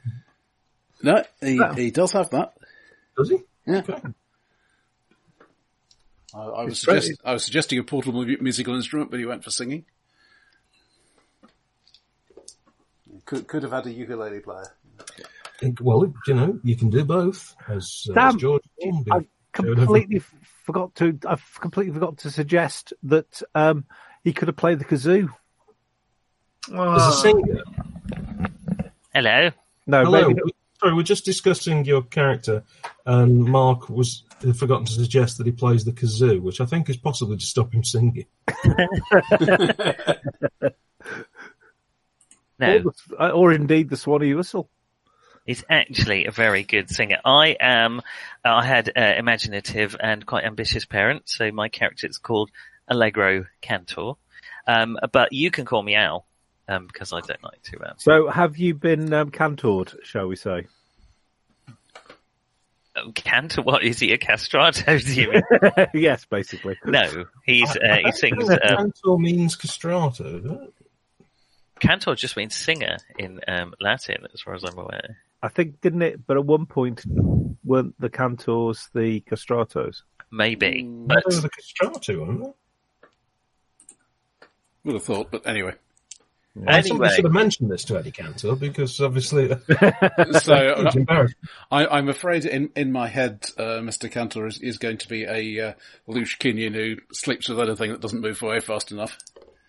B: No, he he does have that.
C: Does he?
B: Yeah. I, I was suggest, I was suggesting a portable mu- musical instrument, but he went for singing.
G: Could could have had a ukulele player.
C: Think- Well, you know, you can do both, as, uh, as
D: Damn.
C: George Formby.
D: I completely f- forgot to. I've completely forgot to suggest that um, he could have played the kazoo.
C: As a
E: Oh,
C: singer.
F: Hello.
D: No,
C: Hello.
D: maybe not.
C: Sorry, we're just discussing your character, and Mark was had forgotten to suggest that he plays the kazoo, which I think is possibly to stop him singing.
F: No,
D: Or, the- uh, or indeed the Swanee whistle.
F: He's actually a very good singer. I am. I had uh, imaginative and quite ambitious parents, so my character is called Allegro Cantor. Um, but you can call me Al um, because I don't like to. Um,
D: So, have you been um, cantored, shall we say?
F: oh, Cantor, what is he a castrato? Do you mean?
D: yes, basically.
F: No, he's uh, he sings. Um,
C: Cantor means castrato. doesn't it?
F: Cantor just means singer in um, Latin, as far as I'm aware.
D: I think didn't it? But at one point, weren't the cantors the castratos?
F: Maybe,
C: They
F: but
C: were the castrato, weren't they?
B: Would have thought, but anyway.
C: I think we
F: anyway,
C: should have mentioned this to Eddie Cantor because obviously
B: So
C: it's
B: I,
C: embarrassing.
B: I, I'm afraid in, in my head, uh, Mr. Cantor is, is going to be a uh, Lush Kenyan who sleeps with anything that doesn't move away fast enough.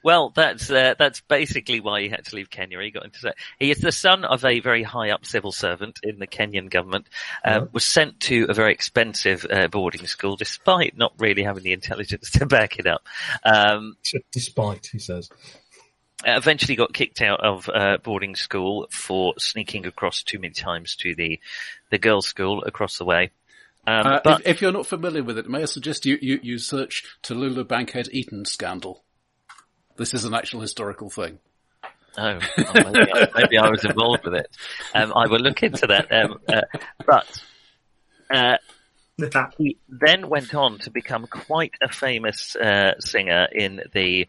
F: Well, that's uh, that's basically why he had to leave Kenya. He got into that. He is the son of a very high up civil servant in the Kenyan government. Uh, Was sent to a very expensive uh, boarding school, despite not really having the intelligence to back it up. Um,
C: Despite, he says.
F: eventually got kicked out of uh, boarding school for sneaking across too many times to the the girls' school across the way. Um,
B: Uh,
F: but
B: if, if you're not familiar with it, may I suggest you, you, you search Tallulah Bankhead Eaton scandal. This is an actual historical thing.
F: oh, well, maybe, I, maybe I was involved with it. Um, I will look into that. Um, uh, but uh, he then went on to become quite a famous uh, singer in the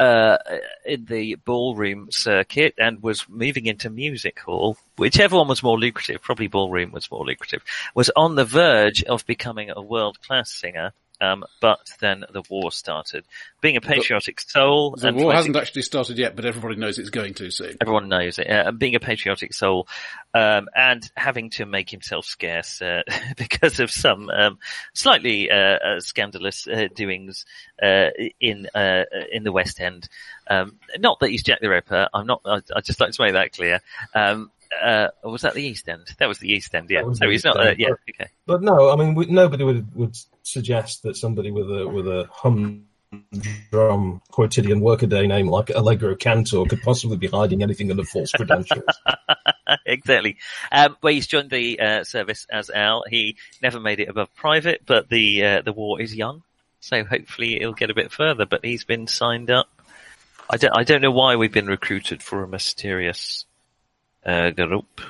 F: uh, in the ballroom circuit and was moving into music hall, whichever one was more lucrative, probably ballroom was more lucrative, was on the verge of becoming a world class singer. Um, but then the war started. Being a patriotic soul,
B: The
F: and
B: war
F: fighting-
B: hasn't actually started yet, but everybody knows it's going to soon.
F: everyone knows it. Uh, being a patriotic soul, um, and having to make himself scarce uh, because of some um, slightly uh, uh, scandalous uh, doings uh, in uh, in the West End. Um, not that he's Jack the Ripper. I'm not. I, I just like to make that clear. Um, uh, or was that the East End? That was the East End. Yeah.
C: That was
F: So
C: the
F: he's
C: East
F: not. Uh,
C: End.
F: yeah. Okay.
C: But no, I mean, we, nobody would would suggest that somebody with a with a humdrum quotidian workaday name like Allegro Cantor could possibly be hiding anything under false credentials.
F: exactly. Um, where he's joined the uh, service as Al. He never made it above private, but the uh, the war is young, so hopefully it'll get a bit further. But he's been signed up. I don't I don't know why we've been recruited for a mysterious uh, group.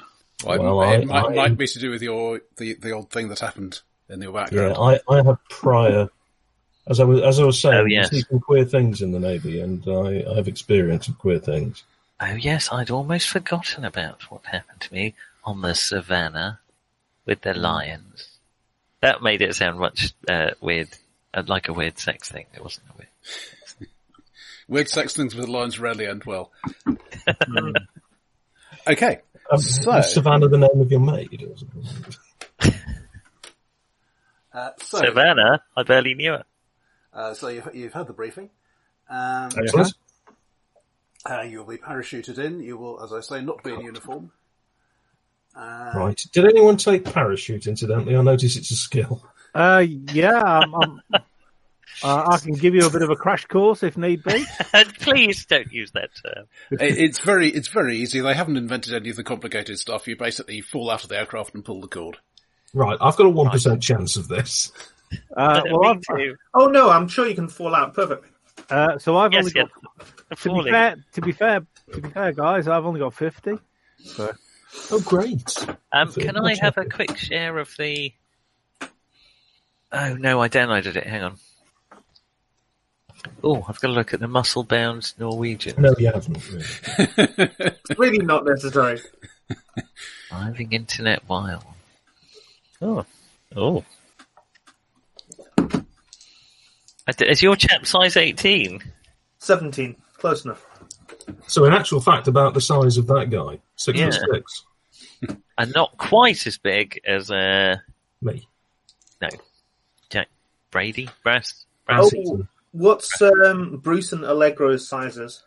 C: Well,
B: it
C: I-
B: might,
C: I-
B: might be to do with your the, the old thing that happened in your
C: yeah,
B: background.
C: I, I have prior. As I was, as I was saying,
F: Oh, yes.
C: you see some queer things in the navy, and I, I have experience of queer things.
F: Oh yes, I'd almost forgotten about what happened to me on the savannah with the lions. That made it sound much uh, weird, uh, like a weird sex thing. It wasn't a weird.
B: Weird sex things with lines rarely end well. okay,
C: Um,
B: So-
C: is Savannah, the name of your maid, or something?
G: Uh, so,
F: Savannah, I barely knew it.
G: uh, so you've, you've had the briefing. Um,
C: Excellent.
G: uh, you will be parachuted in. You will, as I say, not be in uniform.
C: Right. Did anyone take parachute? Incidentally, I notice it's a skill.
D: Uh, yeah, I'm, I'm, uh, I can give you a bit of a crash course if need be.
F: And please don't use that term.
B: It- it's very it's very easy. They haven't invented any of the complicated stuff. You basically fall out of the aircraft and pull the cord.
C: Right. I've got a one percent chance of this.
D: Uh, well, I've,
F: Me too.
E: Oh no, I'm sure you can fall out perfectly.
D: uh, so I've
F: Yes,
D: only
F: yes.
D: got. To be fair, to be fair, to be fair, guys, I've only got fifty.
C: Oh, great.
F: Um,
C: So
F: can I
C: what's
F: have a
C: happened?
F: quick share of the? Oh no, I downloaded it. Hang on. Oh, I've got to look at the muscle-bound Norwegian.
C: No, you haven't. Really.
E: It's really not necessary.
F: Driving internet wild. Oh, oh. I d- Is your chap size eighteen?
E: Seventeen, close enough.
C: So, in actual fact, about the size of that guy, six foot
F: Yeah.
C: six.
F: And Uh, not quite as big as uh
C: Me.
F: no, Jack Brady Brass. Brass.
E: Oh, what's um, Bruce and Allegro's sizes?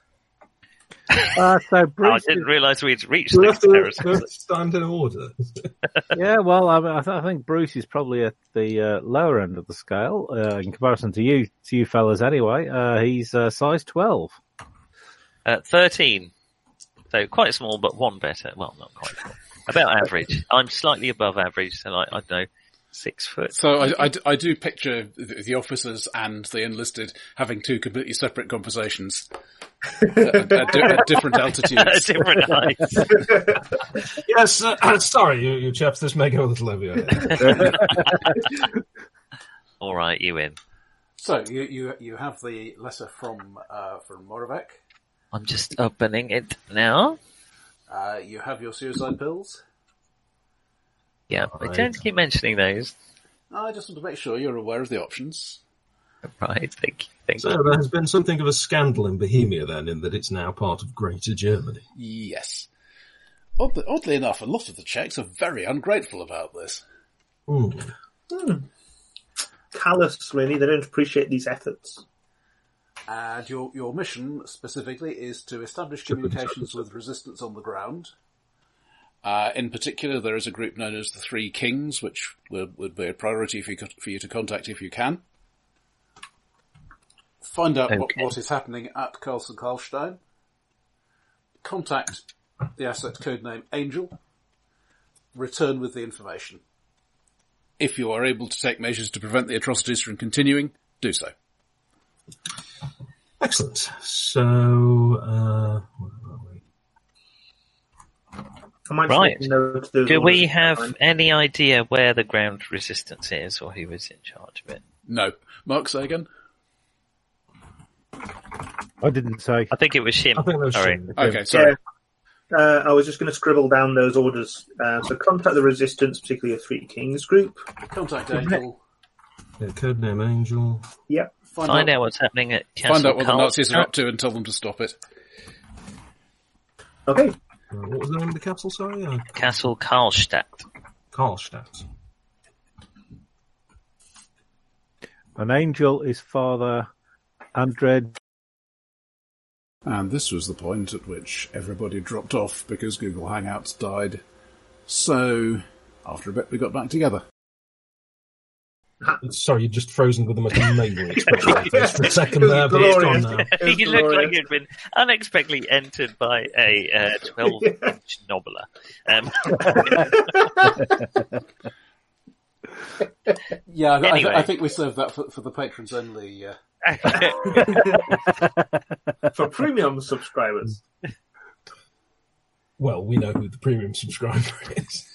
D: Uh, so
F: Oh, I
D: Bruce,
F: didn't realise we'd reached
C: Do we have
F: this
C: to, do
F: comparison.
C: we have to stand in order?
D: is- yeah, well, I, mean, I, th- I think Bruce is probably at the uh, lower end of the scale uh, in comparison to you, to you fellas. Anyway, uh, he's uh, size twelve.
F: Uh, 13. So quite small, but one better. Well, not quite small. About average. I'm slightly above average, so like, I don't know, six foot.
B: So I, I d- I do picture the the officers and the enlisted having two completely separate conversations at, at- at di- at different altitudes.
F: Different height.
C: yes. Uh, sorry, you, you chaps. This may go a little over your head.
F: All right, you in.
G: So you you you have the letter from uh, from Moravec.
F: I'm just opening it now.
G: Uh, you have your suicide pills.
F: Yeah, I don't keep mentioning those.
G: I just want to make sure you're aware of the options.
F: Right, thank you. Thank you.
C: So there has been something of a scandal in Bohemia, then, in that it's now part of Greater Germany.
B: Yes. Oddly, oddly enough, a lot of the Czechs are very ungrateful about this.
C: Hmm.
E: Callous, really. They don't appreciate these efforts.
G: And your, your mission specifically is to establish communications with resistance on the ground.
B: Uh, in particular, there is a group known as the Three Kings, which would, would be a priority for you, for you to contact if you can.
G: Find out what,
F: Okay.
G: what is happening at Carlson Karlstein. Contact the asset codename Angel. Return with the information.
B: If you are able to take measures to prevent the atrocities from continuing, do so.
C: Excellent. So, uh, where are we?
E: I might
F: Right.
E: take note of those
F: Do we
E: orders.
F: have any idea where the ground resistance is or who is in charge of it?
B: No. Mark Sagan?
D: I didn't say.
F: I think it was Shim.
C: I think those
F: Sorry.
C: should-
B: Okay, sorry.
E: Uh, I was just going to scribble down those orders. Uh, so contact the resistance, particularly a Three Kings group.
G: Contact Angel.
C: Yeah, codename Angel.
E: Yep.
G: Find,
F: Find
G: out,
F: out what's happening at Castle
B: Find out what the
F: Carl-
B: Nazis are up to and tell them to stop it.
E: Okay.
C: Uh, what was the name of the castle? Sorry, uh,
F: Castle Karlstadt.
C: Karlstadt.
D: An angel is Father Andre.
A: And this was the point at which everybody dropped off because Google Hangouts died. So, after a bit, we got back together.
C: Uh, Sorry, you just frozen with the most amazing expression on your face for a second
E: It was
C: there, but it's gone
E: glorious.
C: now.
E: It's
F: you look
E: glorious.
F: like you've been unexpectedly entered by a uh, 12 inch nobbler. Um,
G: yeah, I, I-
F: Anyway.
G: I, think we served that for, for the patrons only. Uh,
E: For premium subscribers.
C: Well, we know who the premium subscriber is.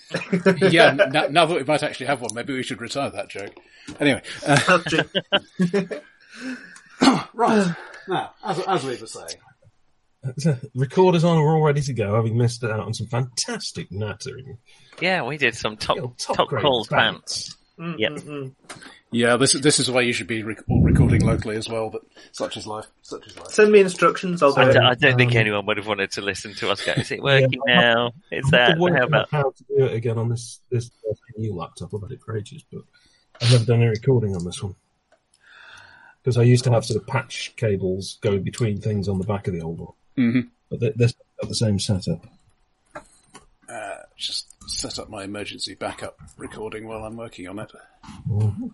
B: yeah, now, now that we might actually have one, maybe we should retire that joke. Anyway,
G: right. Now, as, as we were saying,
C: Recorders on, we're all ready to go, having missed out on some fantastic nattering.
F: yeah, we did some top,
C: Little
F: top,
C: grade
F: calls pants.
E: Mm,
F: Yep.
E: mm, mm.
B: yeah, this this is why you should be rec- all recording locally as well. But
G: such is life. Such is life.
E: Send me instructions. I'll do
F: I
E: it.
F: don't, I don't think
C: Um,
F: anyone would have wanted to listen to us go, is it working now? Is
C: I'm
F: that,
C: still working
F: how
C: out
F: about,
C: how to do it again on this, this new laptop. I've had it for ages, but I've never done any recording on this one. Because I used to have sort of patch cables going between things on the back of the old one.
B: Mhm.
C: But they- they're still got the same setup.
B: uh, just set up my emergency backup recording while I'm working on it. Mm-hmm.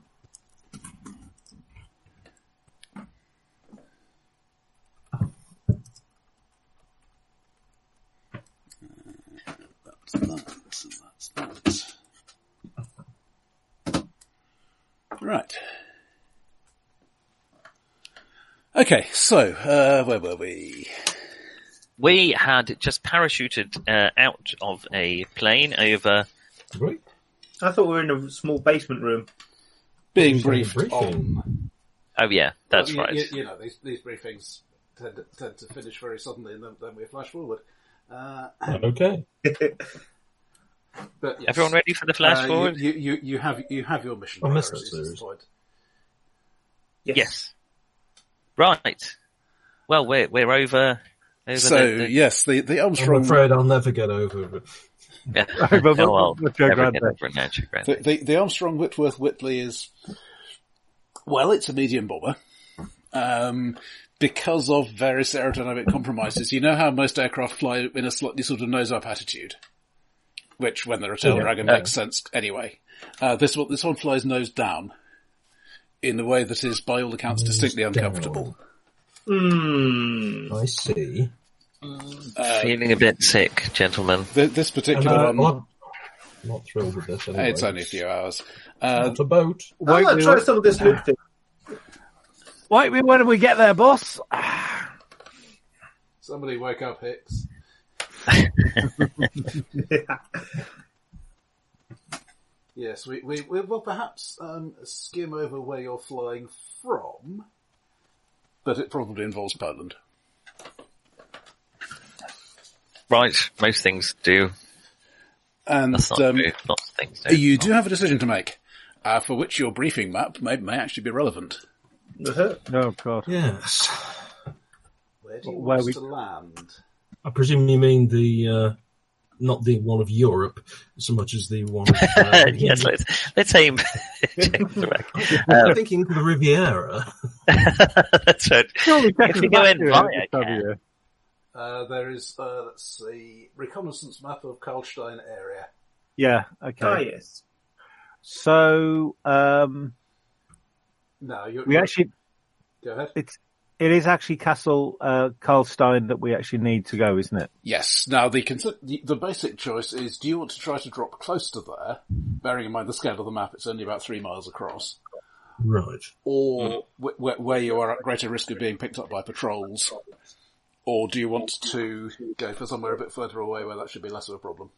B: That's that, and that's that. Right. Okay, so uh, where were we?
F: we had just parachuted uh, out of a plane over,
C: Right?
E: I thought we were in a small basement room.
B: Being
C: Sorry,
B: briefed
C: briefing.
B: on
F: oh yeah, that's
G: you,
F: right.
G: You, you know, these, these briefings tend to, tend to finish very suddenly, and then, then we flash forward. Uh,
C: Okay.
G: but yes.
F: Everyone ready for the flash
G: Uh,
F: forward?
G: You, you, you, you have you have your mission
C: I missed that
G: priorities at this
C: series.
G: point.
E: Yes.
F: Yes. Right. Well, we're, we're over, over
B: So
F: the, the-
B: yes, the the
C: I'm
B: Armstrong
C: afraid I'll never get over it.
F: Yeah.
D: Over
F: No, I'll
D: the Joe
F: never
D: Grande.
F: get over it now, Joe Grande.
B: the, the, the Armstrong Whitworth Whitley is well, it's a medium bomber. Um, because of various aerodynamic compromises, you know how most aircraft fly in a slightly sort of nose up attitude, which when they're a tail dragon makes sense anyway. Uh, this one this one flies nose down in a way that is by all accounts distinctly uncomfortable.
E: Hmm.
C: I see.
F: Feeling a bit sick, gentlemen.
B: Th- this
C: And,
B: particular
C: uh, I'm
B: one,
C: not, not thrilled with this. Anyway.
B: it's only a few hours. Uh,
C: Not a boat.
E: I'm
D: Wait,
E: going
D: we
E: to try
D: won't-
E: some of this loop thing.
D: Wait, we when we get there, boss.
G: Somebody wake up Hicks. yes, we, we, we will perhaps um, skim over where you're flying from.
B: but it probably involves Poland.
F: Right, most things do.
B: And
F: That's not
B: um,
F: true. Lots of things do.
B: You do have a decision to make, uh, for which your briefing map may, may actually be relevant.
E: Uh-huh.
D: No, Oh, God.
C: Yes.
G: Where do you
D: Where
G: want
D: we-
G: us to land?
C: I presume you mean the uh, not the one of Europe so much as the one. Of, uh,
F: yes, let's let's aim. Czechoslovac.
C: I'm thinking the Riviera.
F: That's right. If you go in via, yeah.
D: W.
G: Uh, there is, uh, let's see, reconnaissance map of Karlstein area.
D: Yeah, okay.
E: Ah, yes.
D: So um,
G: No, you
D: we actually
G: go ahead.
D: it's it is actually Castle uh, Karlstein that we actually need to go, isn't it?
B: Yes.
G: Now the, consi- the the basic choice is: do you want to try to drop close to there, bearing in mind the scale of the map? It's only about three miles across,
C: Right.
G: or wh- wh- where you are at greater risk of being picked up by patrols, or do you want to go for somewhere a bit further away where that should be less of a problem?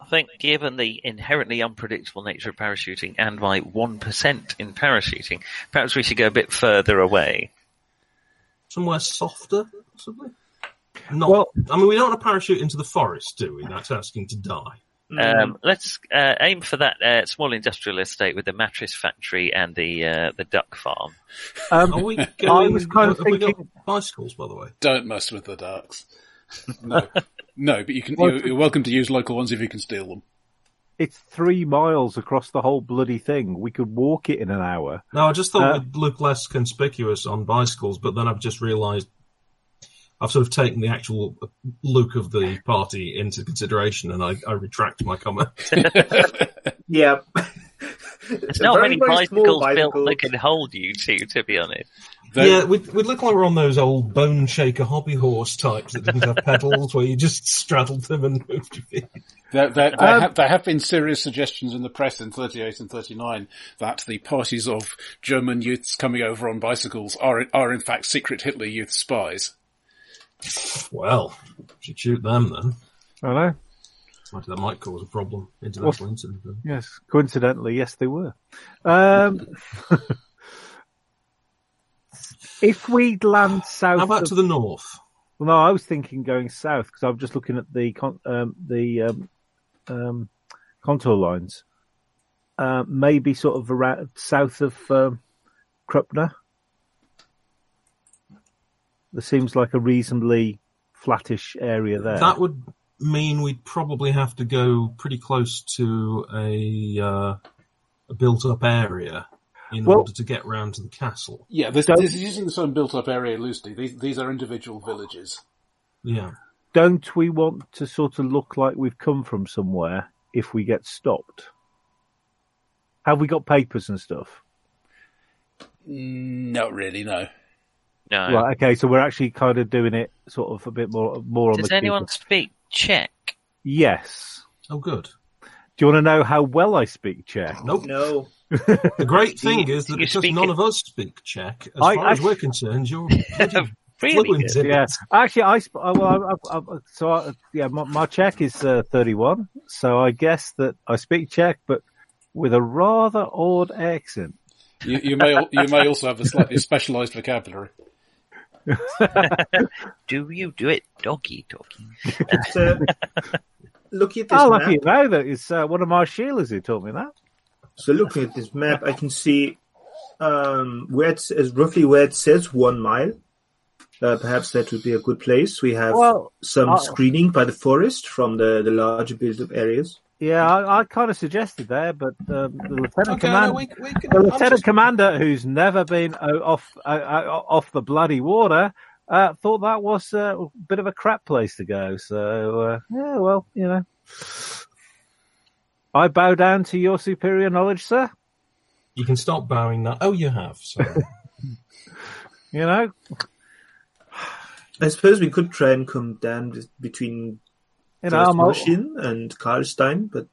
F: I think, given the inherently unpredictable nature of parachuting and my one percent in parachuting, perhaps we should go a bit further away.
C: somewhere softer, possibly. Not,
D: Well-
C: I mean, we don't want to parachute into the forest, do we? That's asking to die.
F: Um, let's uh, aim for that uh, small industrial estate with the mattress factory and the uh, the duck farm.
D: Um,
C: Are we going?
D: was kind of
C: have we got
D: thinking-
C: bicycles, by the way.
B: Don't mess with the ducks. No, no, but you can.
D: Well,
B: You're, you're welcome to use local ones if you can steal them.
D: it's three miles across the whole bloody thing. We could walk it in an hour.
C: No, I just thought
D: Uh,
C: we'd look less conspicuous on bicycles, but then I've just realised I've sort of taken the actual look of the party into consideration, and I, I retract my comment.
E: Yeah.
F: There's not
E: Very,
F: many
E: very small
F: bicycles built
E: bicycles.
F: that can hold you two, to be honest.
B: Though-
C: yeah, we'd, we'd look like we're on those old bone shaker hobby horse types that didn't have pedals, where you just straddled them and moved your feet.
B: There, there, there,
D: Um,
B: have, there have been serious suggestions in the press in 38 and 39 that the parties of German youths coming over on bicycles are, are in fact secret Hitler youth spies.
C: Well, should shoot them then.
D: I know.
C: Might- That might cause a problem. International incident. then.
D: Yes, coincidentally, yes, they were. Um, if we land south,
C: How about
D: of-
C: to the north?
D: well, no, I was thinking going south because I'm just looking at the con- um, the um, um, contour lines. Uh, maybe sort of around south of um, Kruppner. There seems like a reasonably flattish area there.
C: That would mean we'd probably have to go pretty close to a, uh, a built-up area in
D: Well-
C: order to get round to the castle.
G: Yeah, this,
D: Don't-
G: this is using the term built-up area loosely. These these are individual villages.
C: Yeah.
D: Don't we want to sort of look like we've come from somewhere if we get stopped? Have we got papers and stuff?
B: Not really, no.
F: No.
D: Right. Okay. So we're actually kind of doing it sort of a bit more more on
F: Does
D: the.
F: anyone
D: people.
F: speak Czech?
D: Yes.
C: Oh, good.
D: Do you want to know how well I speak Czech?
C: Nope.
E: No.
C: The great thing is that
F: you
C: because
F: speak
C: none
F: it-
C: of us speak Czech, as
D: I-
C: far
D: I-
C: as we're concerned, you're bloody
F: Really?
C: fluent in
D: Yeah.
C: it.
D: Actually, I sp- I- well, I, I, I, so I, yeah, my, my Czech is uh, thirty-one. So I guess that I speak Czech, but with a rather odd accent.
B: You, you may al- you may also have a slightly specialised vocabulary.
F: Do you do it doggy doggy?
E: So, looking at this
D: I
E: map,
D: like it now that it's uh, one of my Sheilas who taught me that.
E: so looking at this map, I can see um, where it says roughly where it says one mile. Uh, perhaps that would be a good place. We have
D: Well,
E: some
D: uh,
E: screening by the forest from the, the larger built-up areas.
D: Yeah, I, I kind of suggested there, but um, the lieutenant
B: Okay,
D: commander,
B: no, we, we can,
D: the
B: I'm
D: lieutenant
B: just-
D: commander, who's never been uh, off uh, uh, off the bloody water, uh, thought that was uh, a bit of a crap place to go. So uh, yeah, well, you know, I bow down to your superior knowledge, sir.
C: You can stop bowing now. Oh, you have. Sorry.
D: You know,
E: I suppose we could try and come down be- between
D: you know, I'm all,
E: Rasmushin and Karlstein, but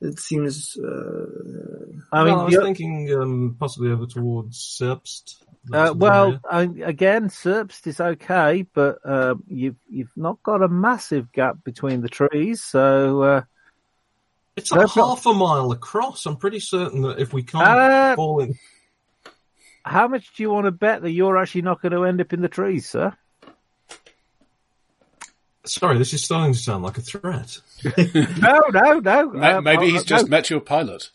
E: it seems uh,
C: Well,
D: I
C: I
D: mean,
C: was
D: you-
C: thinking um, possibly over towards Serbst.
D: uh, well, I, again, Serbst is okay, but um, you've you've not got a massive gap between the trees, so. Uh,
C: It's like
D: That's not-
C: half a mile across. I'm pretty certain that if we can't
D: Uh,
C: fall in,
D: How much do you want to bet that you're actually not going to end up in the trees, sir?
C: sorry, this is starting to sound like a threat.
D: No, no, no.
B: ma-
D: Um,
B: maybe
D: I-
B: he's
D: I-
B: just met your pilot.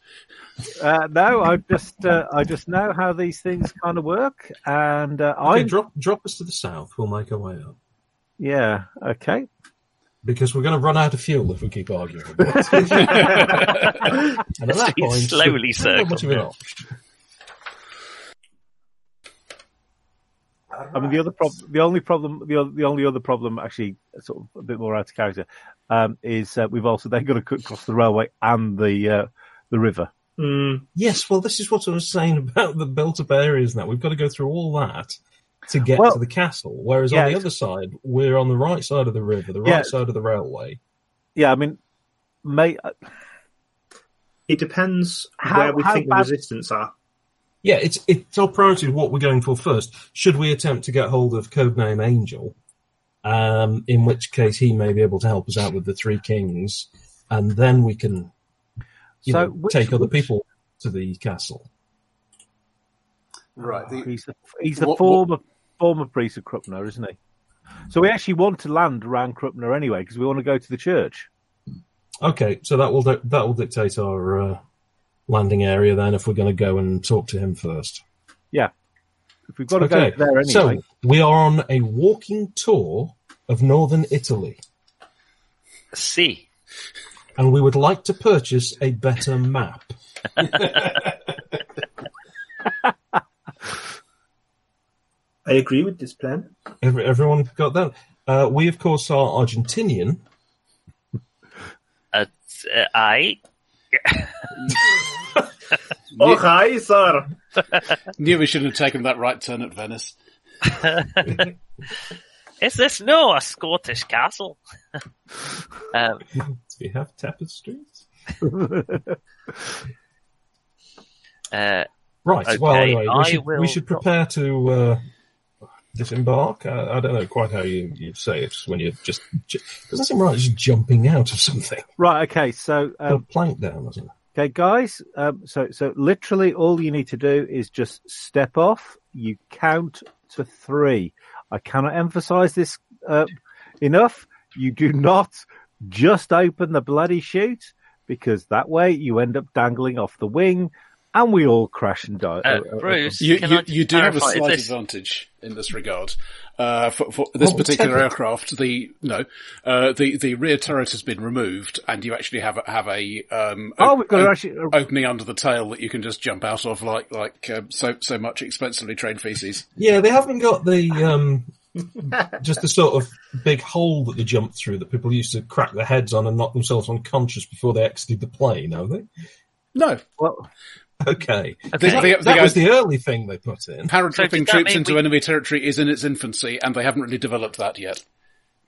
D: No, uh, no I just, uh, I just know how these things kind of work, and uh,
C: Okay,
D: I.
C: drop drop us to the south. We'll make our way up.
D: yeah. Okay.
C: because we're going to run out of fuel if we keep arguing. About it. and at that
F: He
C: point,
F: slowly
C: there's not much of an
F: circled.
C: option.
D: I mean, the other problem, the only problem, the, o- the only other problem, actually, sort of a bit more out of character, um, is uh, we've also then got to cut across the railway and the uh, the river.
E: Mm,
C: Yes, well, this is what I was saying about the built-up areas. and That we've got to go through all that to get
D: Well-
C: to the castle. Whereas
D: Yeah,
C: on the
D: it's-
C: other side, we're on the right side of the river, the right
D: Yeah.
C: side of the railway.
D: Yeah, I mean, may,
E: it depends
D: How-
E: where we
D: how
E: think
D: bad-
E: the resistance are.
C: Yeah, it's it's our priority of what we're going for first. Should we attempt to get hold of codename Angel, um, in which case he may be able to help us out with the Three Kings, and then we can you
D: So
C: know,
D: which-
C: take other
D: which-
C: people to the castle.
G: Right. The,
D: he's the, he's the
G: What- what-
D: former former priest of Krupner, isn't he? So we actually want to land around Krupner anyway because we want to go to the church.
C: Okay, so that will di- that will dictate our uh, landing area then. If we're going to go and talk to him first.
D: If we've got to go there anyway,
C: So we are on a walking tour of northern Italy,
F: See,
C: and we would like to purchase a better map.
E: I agree with this plan.
C: Every, everyone got that? Uh, we, of course, are Argentinian.
F: uh, uh, I
E: Okay, sir.
B: knew we shouldn't have taken that right turn at Venice.
F: is this no a Scottish castle? um,
C: Do we have tapestries?
F: uh,
C: Right. well,
F: Okay,
C: anyway, we
F: I
C: should,
F: will-
C: we should prepare to uh, disembark. Uh, I don't know quite how you, you say it when you're just. Ju- doesn't seem right. Just jumping out of something.
D: right? Okay, so
C: Put a
D: um,
C: plank down or something.
D: okay, guys. Um, so so literally, all you need to do is just step off. You count to three. I cannot emphasize this uh, enough. You do not just open the bloody chute because that way you end up dangling off the wing, and we all crash and die.
F: uh,
D: uh, uh,
F: Bruce,
B: You,
F: can
B: you,
F: I just
B: you do have a uh,
F: clarify, is
B: slight
F: this-
B: advantage in this regard. Uh, for, for this
C: Oh,
B: particular
C: technic-
B: aircraft, the no, uh, the the rear turret has been removed, and you actually have a, have a um,
D: Oh,
B: op-
D: we've got
B: op-
D: actually-
B: opening under the tail that you can just jump out of, like like um, so so much expensively trained feces.
C: Yeah, they haven't got the um, just the sort of big hole that they jump through that people used to crack their heads on and knock themselves unconscious before they exited the plane, have they?
B: No,
D: well,
C: Okay,
B: the, the,
F: Okay.
B: the,
C: that was
B: guys-
C: the early thing they put in.
F: So did
B: paratrooping
F: that
B: troops
F: mean
B: into
F: we-
B: enemy territory is in its infancy, and they haven't really developed that yet.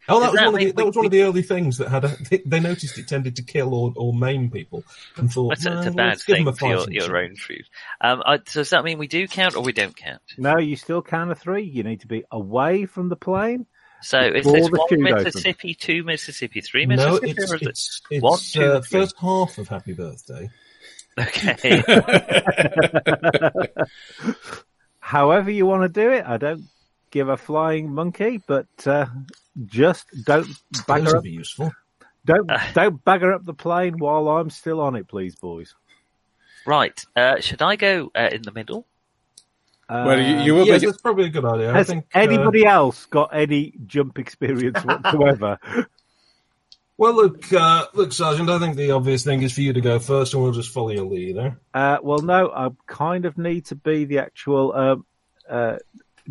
C: Oh, that
F: Does
C: was
F: that
C: one of the,
F: mean
C: that
F: we-
C: was one of the early things that had. A, they, they noticed it tended to kill or, or maim people, and thought
F: That's a, it's a
C: "Well,
F: bad
C: let's give them
F: thing
C: a
F: for your,
C: fighting
F: your
C: chance."
F: own truth. Um, I, so does that mean we do count or we don't count?
D: No, you still count to three. You need to be away from the plane.
F: So is
D: Before
F: this
D: the
F: one
D: queue opens.
F: Mississippi, two Mississippi, three
C: No,
F: Mississippi?
C: it's
F: or is it-
C: it's, it's
F: One, two,
C: uh,
F: three.
C: first half of Happy Birthday.
F: Okay.
D: However you want to do it, I don't give a flying monkey, but uh, just don't bag
C: Those would
D: her up.
C: be useful.
D: Don't
B: Uh.
D: don't bagger up the plane while I'm still on it, please, boys.
F: right. Uh, should I go uh, in the middle?
D: Uh,
B: Well, you, you will
C: yes,
B: be.
C: that's probably a good idea. I
D: Um, has
C: think uh,
D: anybody else got any jump experience whatsoever?
C: well, look, uh, look, Sergeant. I think the obvious thing is for you to go first, and we'll just follow your lead. Eh?
D: uh, well, no, I kind of need to be the actual um, uh,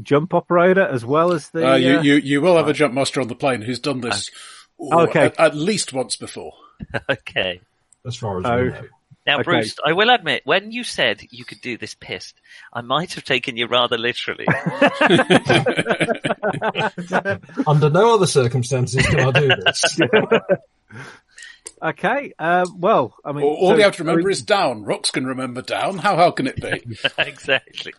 D: jump operator as well as the.
B: Uh, you,
D: uh,
B: you you will have a jump master on the plane who's done this ooh,
D: Okay.
B: at, at least once before.
F: Okay.
C: As far as
D: Oh.
C: we know.
F: Now,
D: Okay.
F: Bruce, I will admit, when you said you could do this pissed, I might have taken you rather literally.
C: Under no other circumstances can I do this.
D: Okay. Uh, well, I mean,
B: All, all
D: so-
B: you have to remember is down. Rocks can remember down. How hard can it be?
F: exactly.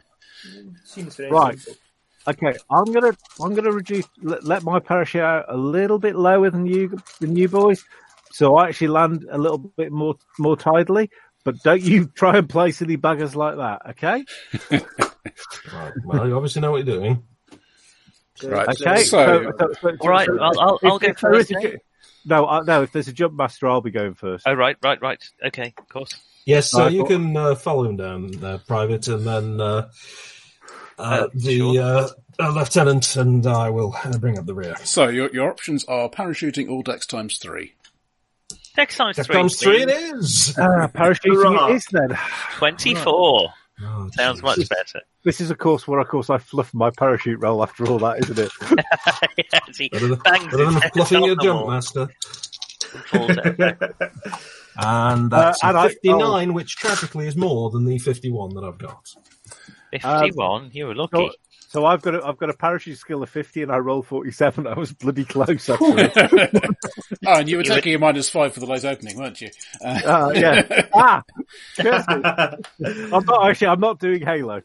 E: Seems very
D: Right.
E: simple.
D: Okay, I'm gonna I'm gonna reduce let, let my parachute out a little bit lower than you than you boys, so I actually land a little bit more more tidily. But don't you try and place any buggers like that, okay?
C: right. Well, you obviously know what you're doing.
B: Right.
D: Okay.
B: So,
F: All right, I'll- I'll- I'll
D: if-
F: go
D: if there
F: first
D: is a
F: then.
D: ju- No, I, no. If there's a jump master, I'll be going first.
B: Uh,
F: Oh, right, right, right. Okay, of course.
C: Yes, so
D: Right,
C: you
D: well-
C: can uh, follow him down, uh, Private, and then uh, uh,
F: Uh,
C: the
F: sure.
C: uh, uh, Lieutenant, and I will uh, bring up the rear.
B: So your your options are parachuting all dex times three.
F: Next time,
C: Here
F: three,
C: comes three, it
F: please.
C: is!
D: Ah, parachuting
E: Hurrah.
D: it is then.
F: Twenty-four
C: Oh,
F: sounds
C: jeez.
F: much better.
D: This is, of course, where, of course, I fluffed my parachute roll after all that, isn't it?
F: yeah, as he
C: Better than,
F: bangs
C: better
F: his
C: than
F: head
C: fluffing
F: on
C: your
F: the
C: jump,
F: wall.
C: master.
F: Falls out.
C: And that's
D: and I-
C: a 59, which tragically is more than the 51 that I've got.
F: Fifty-one. you were lucky.
B: Oh,
D: so- So I've got a, I've got a parachute skill of 50 and I roll 47. I was bloody close, actually.
B: Oh, and you were
F: You were-
B: taking a minus five for the late opening, weren't you? Uh,
D: Ah, yeah. Ah! curse it. I'm not, actually, I'm not doing Halo.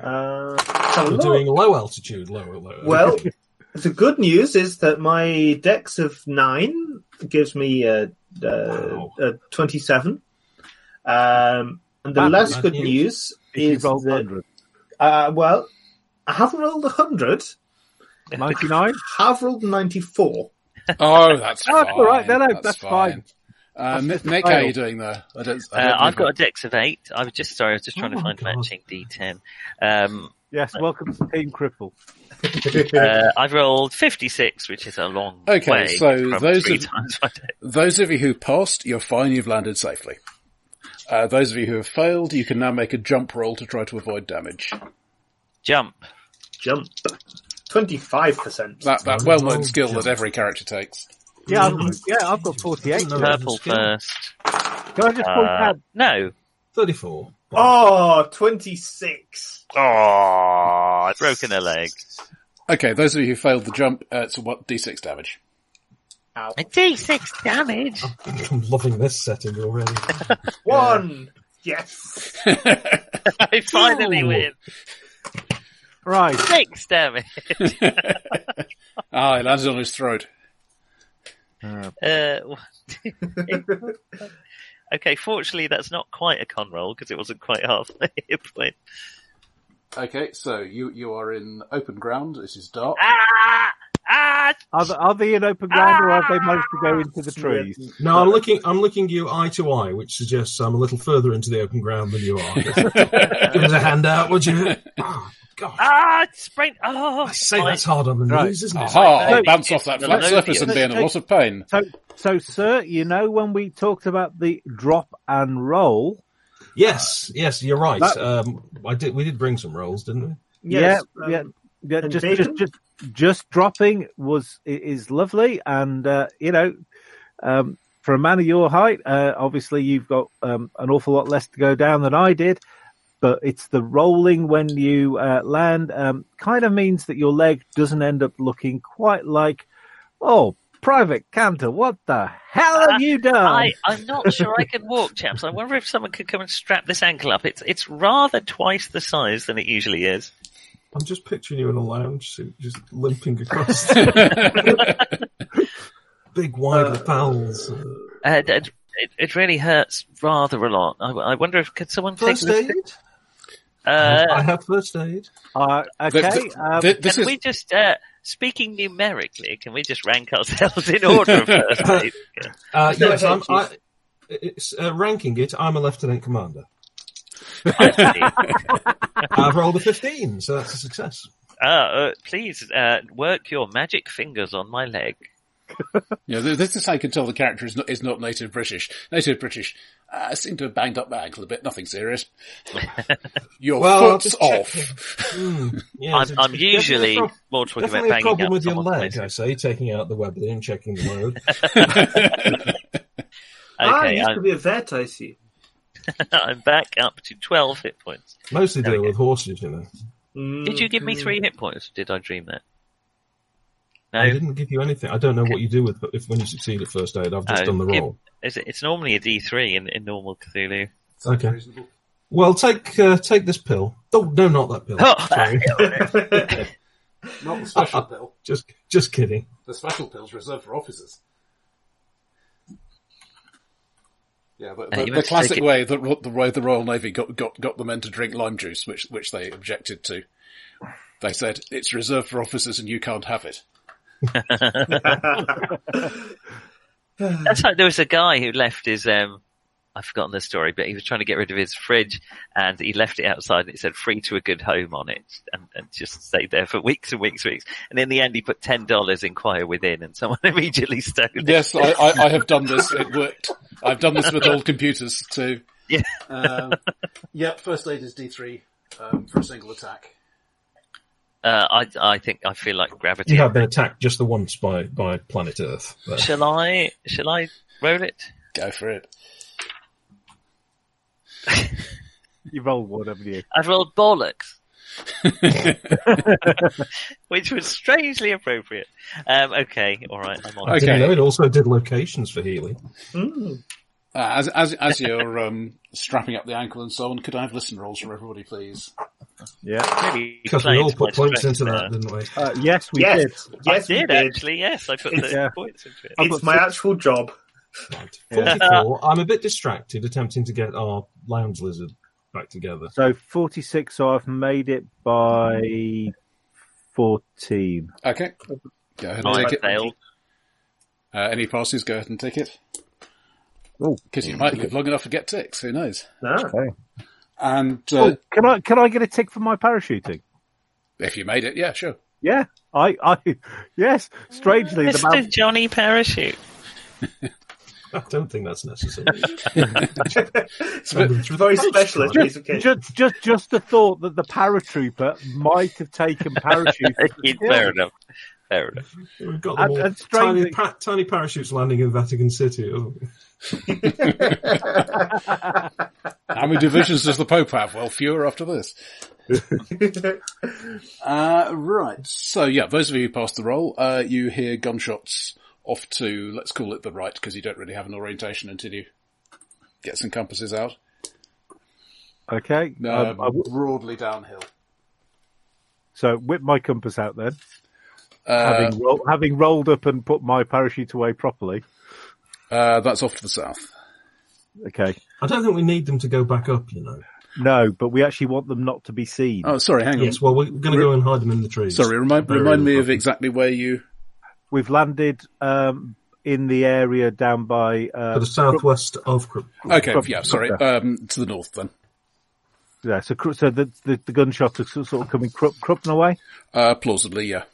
E: Uh,
C: We're doing low altitude, low, low.
E: well, the good news is that my dex of nine gives me a, a,
C: Wow.
E: a twenty-seven. Um, and the
D: That's
E: less
C: not
E: good
C: huge.
E: news
D: If
E: is
D: you roll
E: that
D: 100.
E: uh, well, I haven't rolled hundred.
D: 99?
E: Have rolled ninety-four.
B: oh, that's
D: Oh,
B: fine.
D: all right, no, no, that's fine.
B: Uh,
D: That's just a
B: Nick, how are
D: fail.
B: you doing there? I don't, I don't
F: Uh,
B: know
F: I've
B: if I-
F: got a dex of eight. I was just sorry. I was just trying
C: Oh
F: to
C: my
F: find
C: God.
F: matching D10. Um,
D: Yes, welcome to Team Cripple.
F: uh, I've rolled fifty-six, which is a long
B: Okay,
F: way.
B: so
F: from
B: those
F: three
B: of-
F: times my dex.
B: Those of you who passed, you're fine, you've landed safely. Uh, those of you who have failed, you can now make a jump roll to try to avoid damage.
F: jump.
E: Jump. Twenty-five percent.
B: That, that
C: Jump
B: well-known
C: roll,
B: skill
C: jump.
B: that every character takes.
D: Yeah, I've, yeah, I've got 48.
C: No,
F: Purple
C: it's a skill.
F: first.
D: Can I just point
F: Uh,
D: out?
F: no.
C: 34.
E: Oh, 26.
F: Oh, broken a leg.
B: Okay, those of you who failed the jump, uh, it's what d6 damage.
E: Ow.
F: A D6 damage.
C: I'm loving this setting already.
E: One. Yes.
F: I finally win.
D: Right.
F: Six damage.
B: Ah, he landed on his throat.
F: Uh, one, two, three. okay, fortunately, that's not quite a con roll because it wasn't quite half the hit point.
G: Okay, so you you are in open ground. It is dark.
F: Ah! Ah!
D: Are, th- are they in open ground or have they managed to go into the trees?
C: No, I'm looking. I'm looking you eye to eye, which suggests I'm a little further into the open ground than you are. Give us a handout, would you? Oh, God,
F: Ah! Sprain. Oh!
C: I say
F: my-
C: that's hard on the
D: Right.
C: knees, isn't it?
B: Aha!
F: no,
B: I'll bounce
F: it's
B: off that
F: the
B: flat
F: load
B: surface
F: here.
B: and be in a lot of pain.
D: So, so, sir, you know when we talked about the drop and roll?
C: Yes, yes, you're right.
D: That-
C: Um, I did. We did bring some rolls, didn't we?
E: Yes,
D: yeah,
E: um,
D: yeah, yeah.
E: and
D: Just, just,
E: bacon?
D: just, just dropping was i- is lovely, and uh, you know, um, for a man of your height, uh, obviously you've got um, an awful lot less to go down than I did. But it's the rolling when you uh, land um, kind of means that your leg doesn't end up looking quite like, oh, Private Cantor, what the hell have
E: Uh,
D: you done?
F: I, I'm not sure I can walk, chaps. I wonder if someone could come and strap this ankle up. It's it's rather twice the size than it usually is.
C: I'm just picturing you in a lounge suit, just limping across. Big wide lapels. Uh,
F: Uh, it, it, it really hurts rather a lot. I, I wonder if could someone take
C: first
F: a
C: aid.
F: look- uh,
C: I have first aid.
D: Uh,
B: Th-
D: okay,
B: th-
D: um,
B: th- this
F: Can
B: is
F: we just uh, speaking numerically? Can we just rank ourselves in order of first aid?
C: Uh,
E: No,
C: yes, I'm,
E: thank you.
C: I, it's, uh, ranking it. I'm a lieutenant commander.
F: I see.
C: I've rolled a 15, so that's a success.
F: uh, uh, please uh, work your magic fingers on my leg.
B: Yeah, th- this is how you can tell the character is not, is not native British. Native British, uh, I seem to have banged up my ankle a bit, nothing serious. Your
C: Well, I'll
B: foot's
C: just check
B: off.
C: Hmm, yeah,
F: I'm,
C: it's a-
F: I'm
C: it's definitely
F: usually
C: a prob-
F: more talking about
C: Definitely a
F: banging
C: problem
F: up
C: with your
F: someone's
C: leg,
F: face.
C: I say, taking out the webbing and checking the load.
E: ah,
F: Okay,
E: used
F: I'm,
E: to be a vet, I see.
F: I'm back up to twelve hit points.
C: Mostly
F: There we
C: deal
F: go.
C: with horses, you know.
F: Did you give me
E: Mhm.
F: three hit points? Did I dream that?
C: I
F: No.
C: didn't give you anything. I don't know what you do with if when you succeed at first aid. I've just
F: Oh,
C: done the
F: give-
C: roll.
F: Is it, it's normally a D three in, in normal Cthulhu.
C: Okay. Well, take uh, take this pill. Oh no, not that pill.
F: Oh,
C: Sorry.
G: Not the special pill.
C: just just kidding.
G: The special pill's reserved for officers. Yeah, but,
F: Uh,
G: but
F: you
B: the
F: must take
B: classic
F: it-
B: way that ro- the way the Royal Navy got, got got the men to drink lime juice, which which they objected to. They said it's reserved for officers and you can't have it.
F: That's like there was a guy who left his um, I've forgotten the story, but he was trying to get rid of his fridge and he left it outside and it said free to a good home on it and, and just stayed there for weeks and weeks and weeks. And in the end he put $10 inquire within and someone immediately stole it.
B: Yes, I, I, I have done this. It worked. I've done this with old computers too.
F: Yeah.
G: Um, yep, first aid is D3 um, for a single attack.
F: Uh, I, I think I feel like gravity.
C: You have been attacked just the once by, by planet Earth. But-
F: Shall I, shall I roll it?
B: Go for it.
D: You rolled one, haven't you?
F: I've rolled bollocks. Which was strangely appropriate. Um, okay, alright, I'm on.
C: I
F: it.
C: didn't
B: Okay.
C: know it also did locations for healing.
E: Mm.
B: Uh, as as as you're um, strapping up the ankle and so on, could I have listen rolls from everybody, please?
D: Yeah.
F: Really
C: Because we all
F: played my
C: put points
F: strength
C: into that,
F: there.
C: didn't we?
D: Uh, yes, we
E: Yes.
D: did.
E: Yes,
F: I
E: we
F: did,
E: did.
F: actually, yes. I put those
D: Yeah.
F: points into it.
D: I've
E: It's
D: got
E: my
D: six.
E: actual job.
F: Uh,
C: Right.
D: Yeah.
C: 44. I'm a bit distracted attempting to get our lounge lizard back together.
D: So 46, so I've made it by 14.
B: Okay. Go ahead and
F: I
B: take it.
F: failed.
B: Uh, any passes, go ahead and take it.
D: Oh.
B: Because you might live long enough to get ticks, who knows?
E: Ah.
B: And uh,
D: Oh, can I can I get a tick for my parachuting?
B: if you made it, yeah, sure.
D: Yeah, I, I yes. Strangely, the
F: Mr.
D: man,
F: Johnny Parachute.
C: I don't think that's necessary.
B: It's a bit-
E: It's a very specialist piece of kit.
D: just just just the thought that the paratrooper might have taken parachute.
F: Fair enough. Fair enough.
C: We've got them
D: And-
C: all. tiny,
D: and strangely-
C: pa- tiny parachutes landing in Vatican City. Oh,
B: how many divisions does the Pope have? Well, fewer after this. Uh, right. So yeah, those of you who passed the roll, uh, you hear gunshots off to, let's call it the right, because you don't really have an orientation until you get some compasses out.
D: Okay,
B: Uh,
D: um, I w-
B: broadly downhill.
D: so whip my compass out then.
B: Uh,
D: having, roll having rolled up and put my parachute away properly.
B: uh, that's off to the south.
D: Okay,
C: I don't think we need them to go back up, you know.
D: no, but we actually want them not to be seen.
B: Oh, sorry, hang on.
C: Yes, well, we're going to go and hide them in the trees.
B: Sorry, remind,
C: Bury
B: remind me
C: them.
B: of exactly where you.
D: We've landed um, in the area down by
C: To
D: uh,
C: the southwest of Cro-
B: Okay,
D: From-
B: yeah, sorry, um, to the north then.
D: yeah. So Kru- so the the, the gunshots are sort of coming Krupp, Kruppner way.
B: Uh, plausibly, yeah.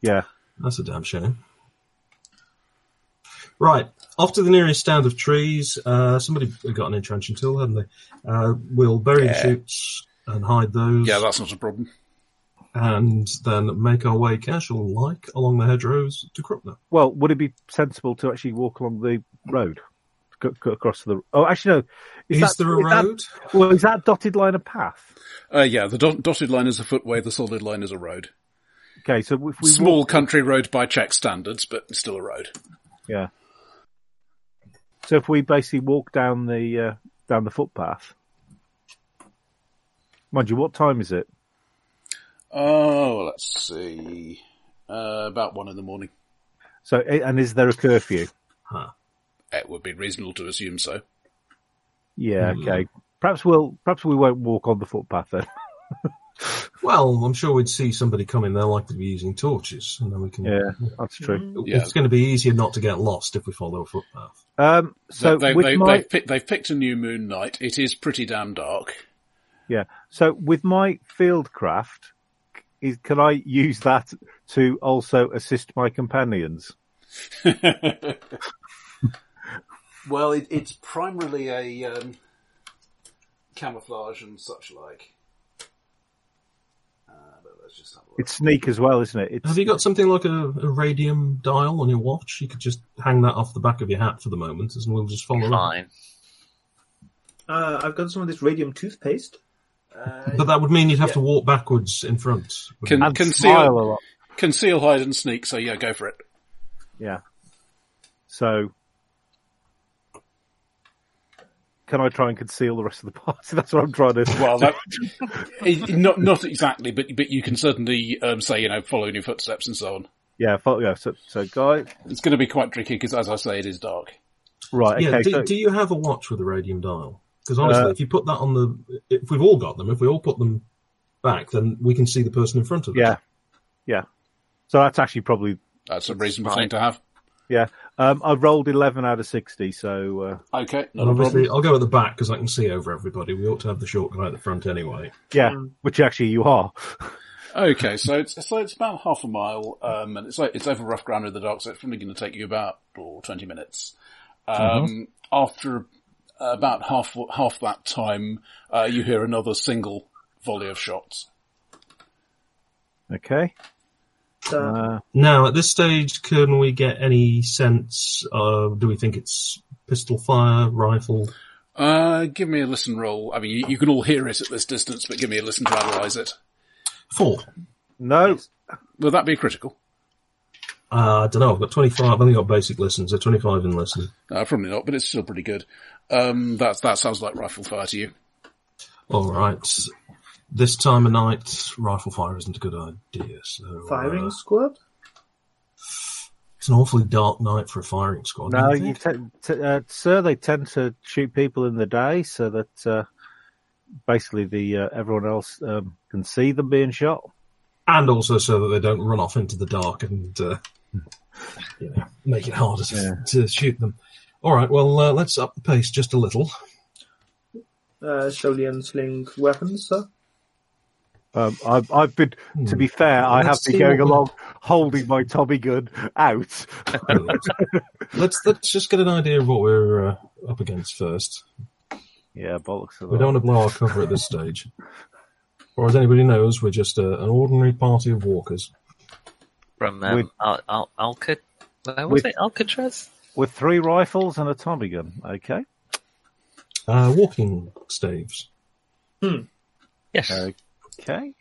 D: Yeah.
C: That's a damn shame. Right, off to the nearest stand of trees. Uh, somebody got an entrenching tool, haven't they? Uh, we'll bury the shoots and hide those,
B: Yeah, that's not a problem.
C: and then make our way casual-like along the hedgerows to Krupner.
D: Well, would it be sensible to actually walk along the road C- c- across to the? Oh, actually, no.
C: Is,
D: that-
C: there a
D: that-
C: road?
D: well, is that dotted line a path?
B: Uh, yeah, the dot- dotted line is a footway, the solid line is a road.
D: Okay, so if we
B: Small
D: walk,
B: country road by Czech standards, but still a road.
D: yeah. So if we basically walk down the uh, down the footpath, mind you, what time is it?
B: Oh, let's see. Uh, about one in the morning.
D: So a- and is there a curfew?
B: It would be reasonable to assume so.
D: Yeah,
C: Hmm.
D: okay. Perhaps we'll perhaps we won't walk on the footpath then.
C: Well, I'm sure we'd see somebody coming. They're likely to be using torches, and then we can.
D: Yeah, that's true.
B: Yeah.
C: It's going to be easier not to get lost if we follow a footpath.
D: Um, so
B: they,
D: with
B: they,
D: my
B: they've, picked, they've picked a new moon night. It is pretty damn dark.
D: Yeah. So with my field craft, c- is can I use that to also assist my companions?
G: Well, it, it's primarily a um, camouflage and such like. Uh, but let's just have a look.
D: It's sneak as well, isn't it?
C: Have
D: It's
C: you got something like a, a radium dial on your watch? You could just hang that off the back of your hat for the moment, and we'll just follow that.
F: Fine.
E: Uh, I've got some of this radium toothpaste.
C: But that would mean you'd have to walk backwards in front.
B: Can-
D: and
B: conceal-
D: smile a lot.
B: Conceal, hide, and sneak, so yeah, go for it.
D: Yeah. So can I try and conceal the rest of the party? That's what I'm trying to.
B: Well, that, it- E, not not exactly, but but you can certainly um, say you know follow in your footsteps and so on.
D: yeah. Fo- yeah. So, so guy.
B: It's going to be quite tricky because, as I say, it is dark.
D: Right.
C: yeah,
D: Okay.
C: do,
D: so,
C: do you have a watch with a radium dial? Because honestly,
D: Uh,
C: if you put that on the, if we've all got them, if we all put them back, then we can see the person in front of us.
D: yeah. Yeah. So that's actually probably
B: That's a reasonable
F: Right.
B: thing to have.
D: yeah. Um, I rolled 11 out of 60, so uh,
B: Okay, not
C: And
B: a problem.
C: obviously, I'll go at the back because I can see over everybody. We ought to have the short guy at the front anyway.
D: yeah,
C: Hmm.
D: which actually you are.
B: Okay, so it's so it's about half a mile, um, and it's o- it's over rough ground in the dark, so it's probably going to take you about or twenty minutes. Um,
C: Mm-hmm.
B: After uh, about half half that time, uh, you hear another single volley of shots.
D: Okay.
E: Uh,
D: Uh,
C: Now, at this stage, can we get any sense of do we think it's pistol fire, rifle?
B: Uh, give me a listen roll. I mean, you, you can all hear it at this distance, but give me a listen to analyze it.
C: Four.
D: no,
B: Will that be critical?
C: Uh, I don't know. I've got 25. I've only got basic listens. So 25 in listen.
B: Uh, probably not, but it's still pretty good. Um, that that sounds like rifle fire to you.
C: All right. This time of night, rifle fire isn't a good idea. So,
E: firing
C: uh,
E: squad?
C: it's an awfully dark night for a firing squad.
D: No,
C: don't you
D: you
C: think?
D: te- t- uh, sir, they tend to shoot people in the day so that uh, basically the uh, everyone else um, can see them being shot.
C: and also so that they don't run off into the dark and uh, you know make it harder to,
D: Yeah.
C: to shoot them. All right, well uh, let's up the pace just a little.
E: Uh, shall we unsling weapons, sir?
D: Um, I've, I've been, to be fair, I
C: Hmm.
D: have
C: Let's
D: been
C: see
D: going
C: what we-
D: along holding my Tommy gun out.
C: let's let's just get an idea of what we're uh, up against first.
D: yeah, bollocks.
C: We don't want to blow our cover at this stage. Or as anybody knows, we're just a, an ordinary party of walkers.
F: From um,
D: With-
F: Al- Al- Alca- where was
D: With-
F: it? Alcatraz?
D: With three rifles and a Tommy gun. Okay.
C: Uh, walking staves.
F: Yes.
D: Uh, Okay.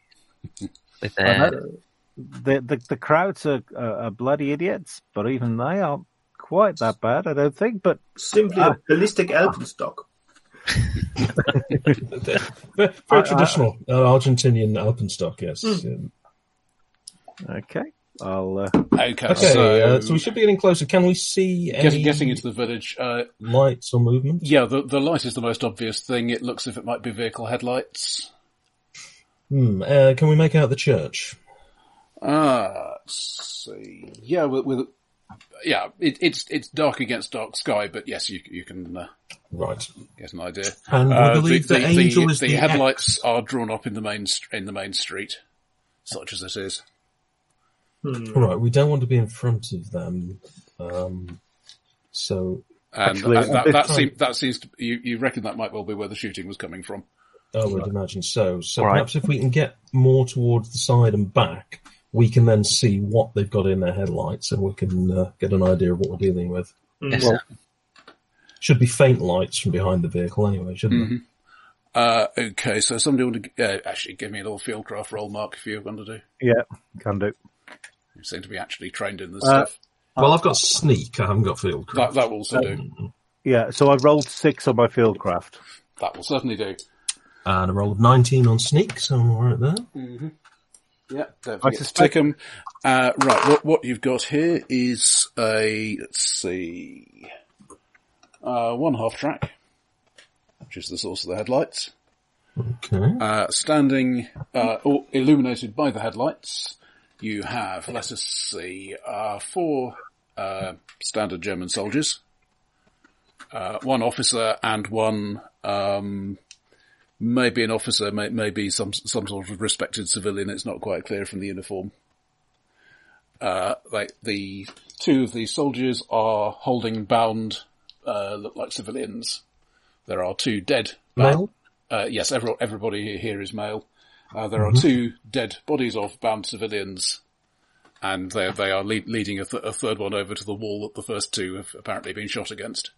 F: with uh,
D: I
F: their,
D: know The, the, the crowds are, are, are bloody idiots, but even they aren't quite that bad, I don't think. But
E: Simply a ballistic alpenstock.
C: Very,
D: I- I-
C: very traditional uh, Argentinian alpenstock, yes. Yeah.
D: okay. I'll. Uh,
B: Okay,
C: Okay, so,
B: so,
C: uh, so we should be getting closer. Can we see
B: get,
C: any
B: getting into the village. Uh,
C: lights or movement?
B: yeah, the the light is the most obvious thing. It looks as if it might be vehicle headlights.
C: Hmm, uh, can we make out the church?
B: Ah, let's see. Yeah, with, with yeah, it, it's it's dark against dark sky, but yes, you you can uh,
C: Right.
B: get an idea.
C: And we
B: Uh,
C: believe the, angel is the,
B: headlights are drawn up in the main st- in the main street, such as it is.
C: ex- Right, we don't want to be in front of them. Um, so,
B: And,
D: Actually,
B: and that
D: at
B: that,
C: this
B: seem, that seems to, you you reckon that might well be where the shooting was coming from.
C: I would imagine so. So
F: All right.
C: perhaps if we can get more towards the side and back, we can then see what they've got in their headlights and we can uh, get an idea of what we're dealing with.
F: yes,
D: well,
C: Should be faint lights from behind the vehicle anyway, shouldn't they?
B: Uh, okay, so somebody want to uh, actually give me a little fieldcraft roll, Mark, if you're going to do.
D: yeah, can do.
B: You seem to be actually trained in this
D: Uh,
B: stuff.
C: Well, I've got sneak, I haven't got field crew.
B: That that will also do.
D: Yeah, so I rolled six on my field craft.
B: That will certainly do.
C: And a Uh, roll of 19 on sneak, so I'm alright there.
B: Yeah, don't
D: I
B: forget to
D: suspect-
B: pick 'em. Uh, right, what what you've got here is a let's see, uh, one half track, which is the source of the headlights.
C: Okay.
B: Uh, standing uh, or illuminated by the headlights, you have let us see uh, four uh, standard German soldiers, uh, one officer and one um, maybe an officer, may, maybe some some sort of respected civilian. It's not quite clear from the uniform. Uh, like the two of the soldiers are holding bound, uh, look like civilians. There are two dead
C: Male?
B: uh, yes, every, everybody here is male. Uh, there
D: Mm-hmm.
B: are two dead bodies of bound civilians, and they they are lead, leading a, th- a third one over to the wall that the first two have apparently been shot against.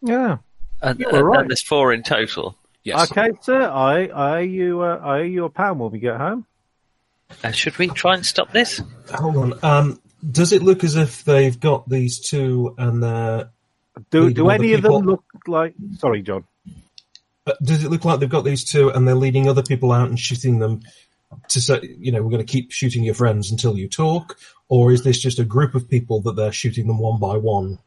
D: Yeah.
F: and,
D: were
F: and- and
D: right.
F: Uh, there's four in total.
B: Yes.
D: Okay, sir. I I owe you uh, I owe you a pound when we get home.
F: Uh, should we try and stop this?
C: Hold on. Um, does it look as if they've got these two and they're?
D: Do
C: Leading
D: do
C: other
D: any of them
C: people-
D: look like? Sorry, John.
C: uh, Does it look like they've got these two and they're leading other people out and shooting them to say, you know, we're going to keep shooting your friends until you talk, or is this just a group of people that they're shooting them one by one?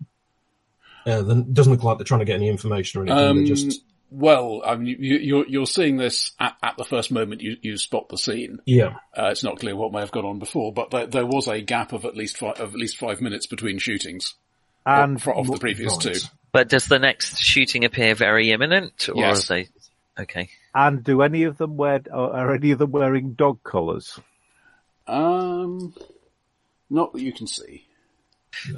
C: Uh, then it doesn't look like they're trying to get any information or anything.
B: Um,
C: they're just
B: well, I mean, you, you're you're seeing this at, at the first moment you, you spot the scene.
C: yeah.
B: Uh, it's not clear what may have gone on before, but there, there was a gap of at least five, of at least five minutes between shootings.
D: and
B: for, off the previous
C: Right.
B: two.
F: But does the next shooting appear very imminent, or
B: Yes.
F: are they okay?
D: and do any of them wear are any of them wearing dog collars?
B: Um,
G: Not that you can see.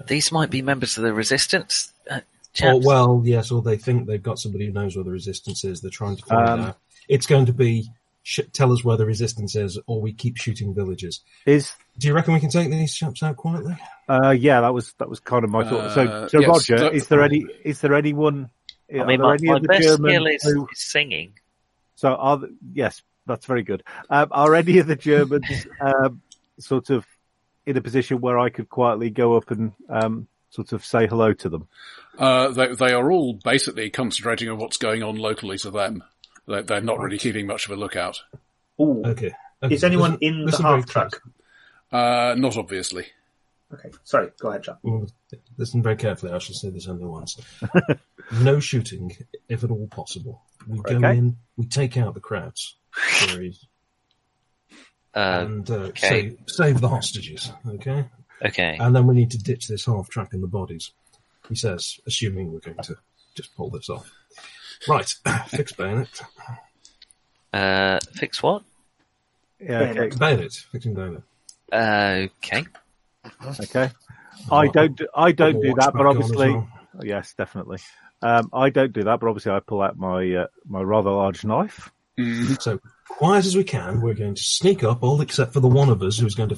F: These might be members of the resistance. Uh,
D: Oh,
C: Or,
F: chaps.
C: well, yes, or they think they've got somebody who knows where the resistance is. They're trying to find
D: Um,
C: out. It's going to be sh- tell us where the resistance is, or we keep shooting villagers.
D: Is
C: Do you reckon we can take these chaps out quietly?
D: uh, yeah, that was that was kind of my thought. So,
B: Uh,
D: so
B: yes,
D: Roger,
B: that-
D: is there any
C: Oh.
D: is there anyone?
F: I mean,
D: are
F: my,
D: there
F: my
D: any of the
F: best skill
D: Germans
F: is,
D: who
F: is singing.
D: So are th- yes, that's very good. Um, are any of the Germans um, sort of in a position where I could quietly go up and um, sort of say hello to them?
B: uh, they, they are all basically concentrating on what's going on locally to them. They're, they're not really keeping much of a lookout.
E: Ooh.
C: Okay. okay.
E: Is anyone
C: There's-
E: in
C: there's
E: the
C: some very
E: half track?
C: close-
B: Uh, not obviously.
E: Okay, sorry, go ahead, John.
C: Mm, Listen very carefully. I shall say this only once. no shooting, if at all possible. We go
D: Okay.
C: in, we take out the crowds, Sorry.
F: Uh,
D: Um,
C: and uh,
F: okay.
C: save, save the hostages. Okay.
F: okay.
C: And then we need to ditch this half track and the bodies. He says, assuming we're going to just pull this off. Right, fix bayonet.
F: Uh, fix what?
D: Yeah, okay,
C: Bayonet, fixing bayonet.
F: Uh, okay.
D: okay. I don't, do- I don't do
C: Watch
D: that,
C: back
D: but
C: on as
D: obviously,
C: well.
D: yes, definitely. Um, I don't do that, but obviously, I pull out my uh, my rather large knife.
B: Mm-hmm.
C: So, quiet as we can, we're going to sneak up, all except for the one of us who's going to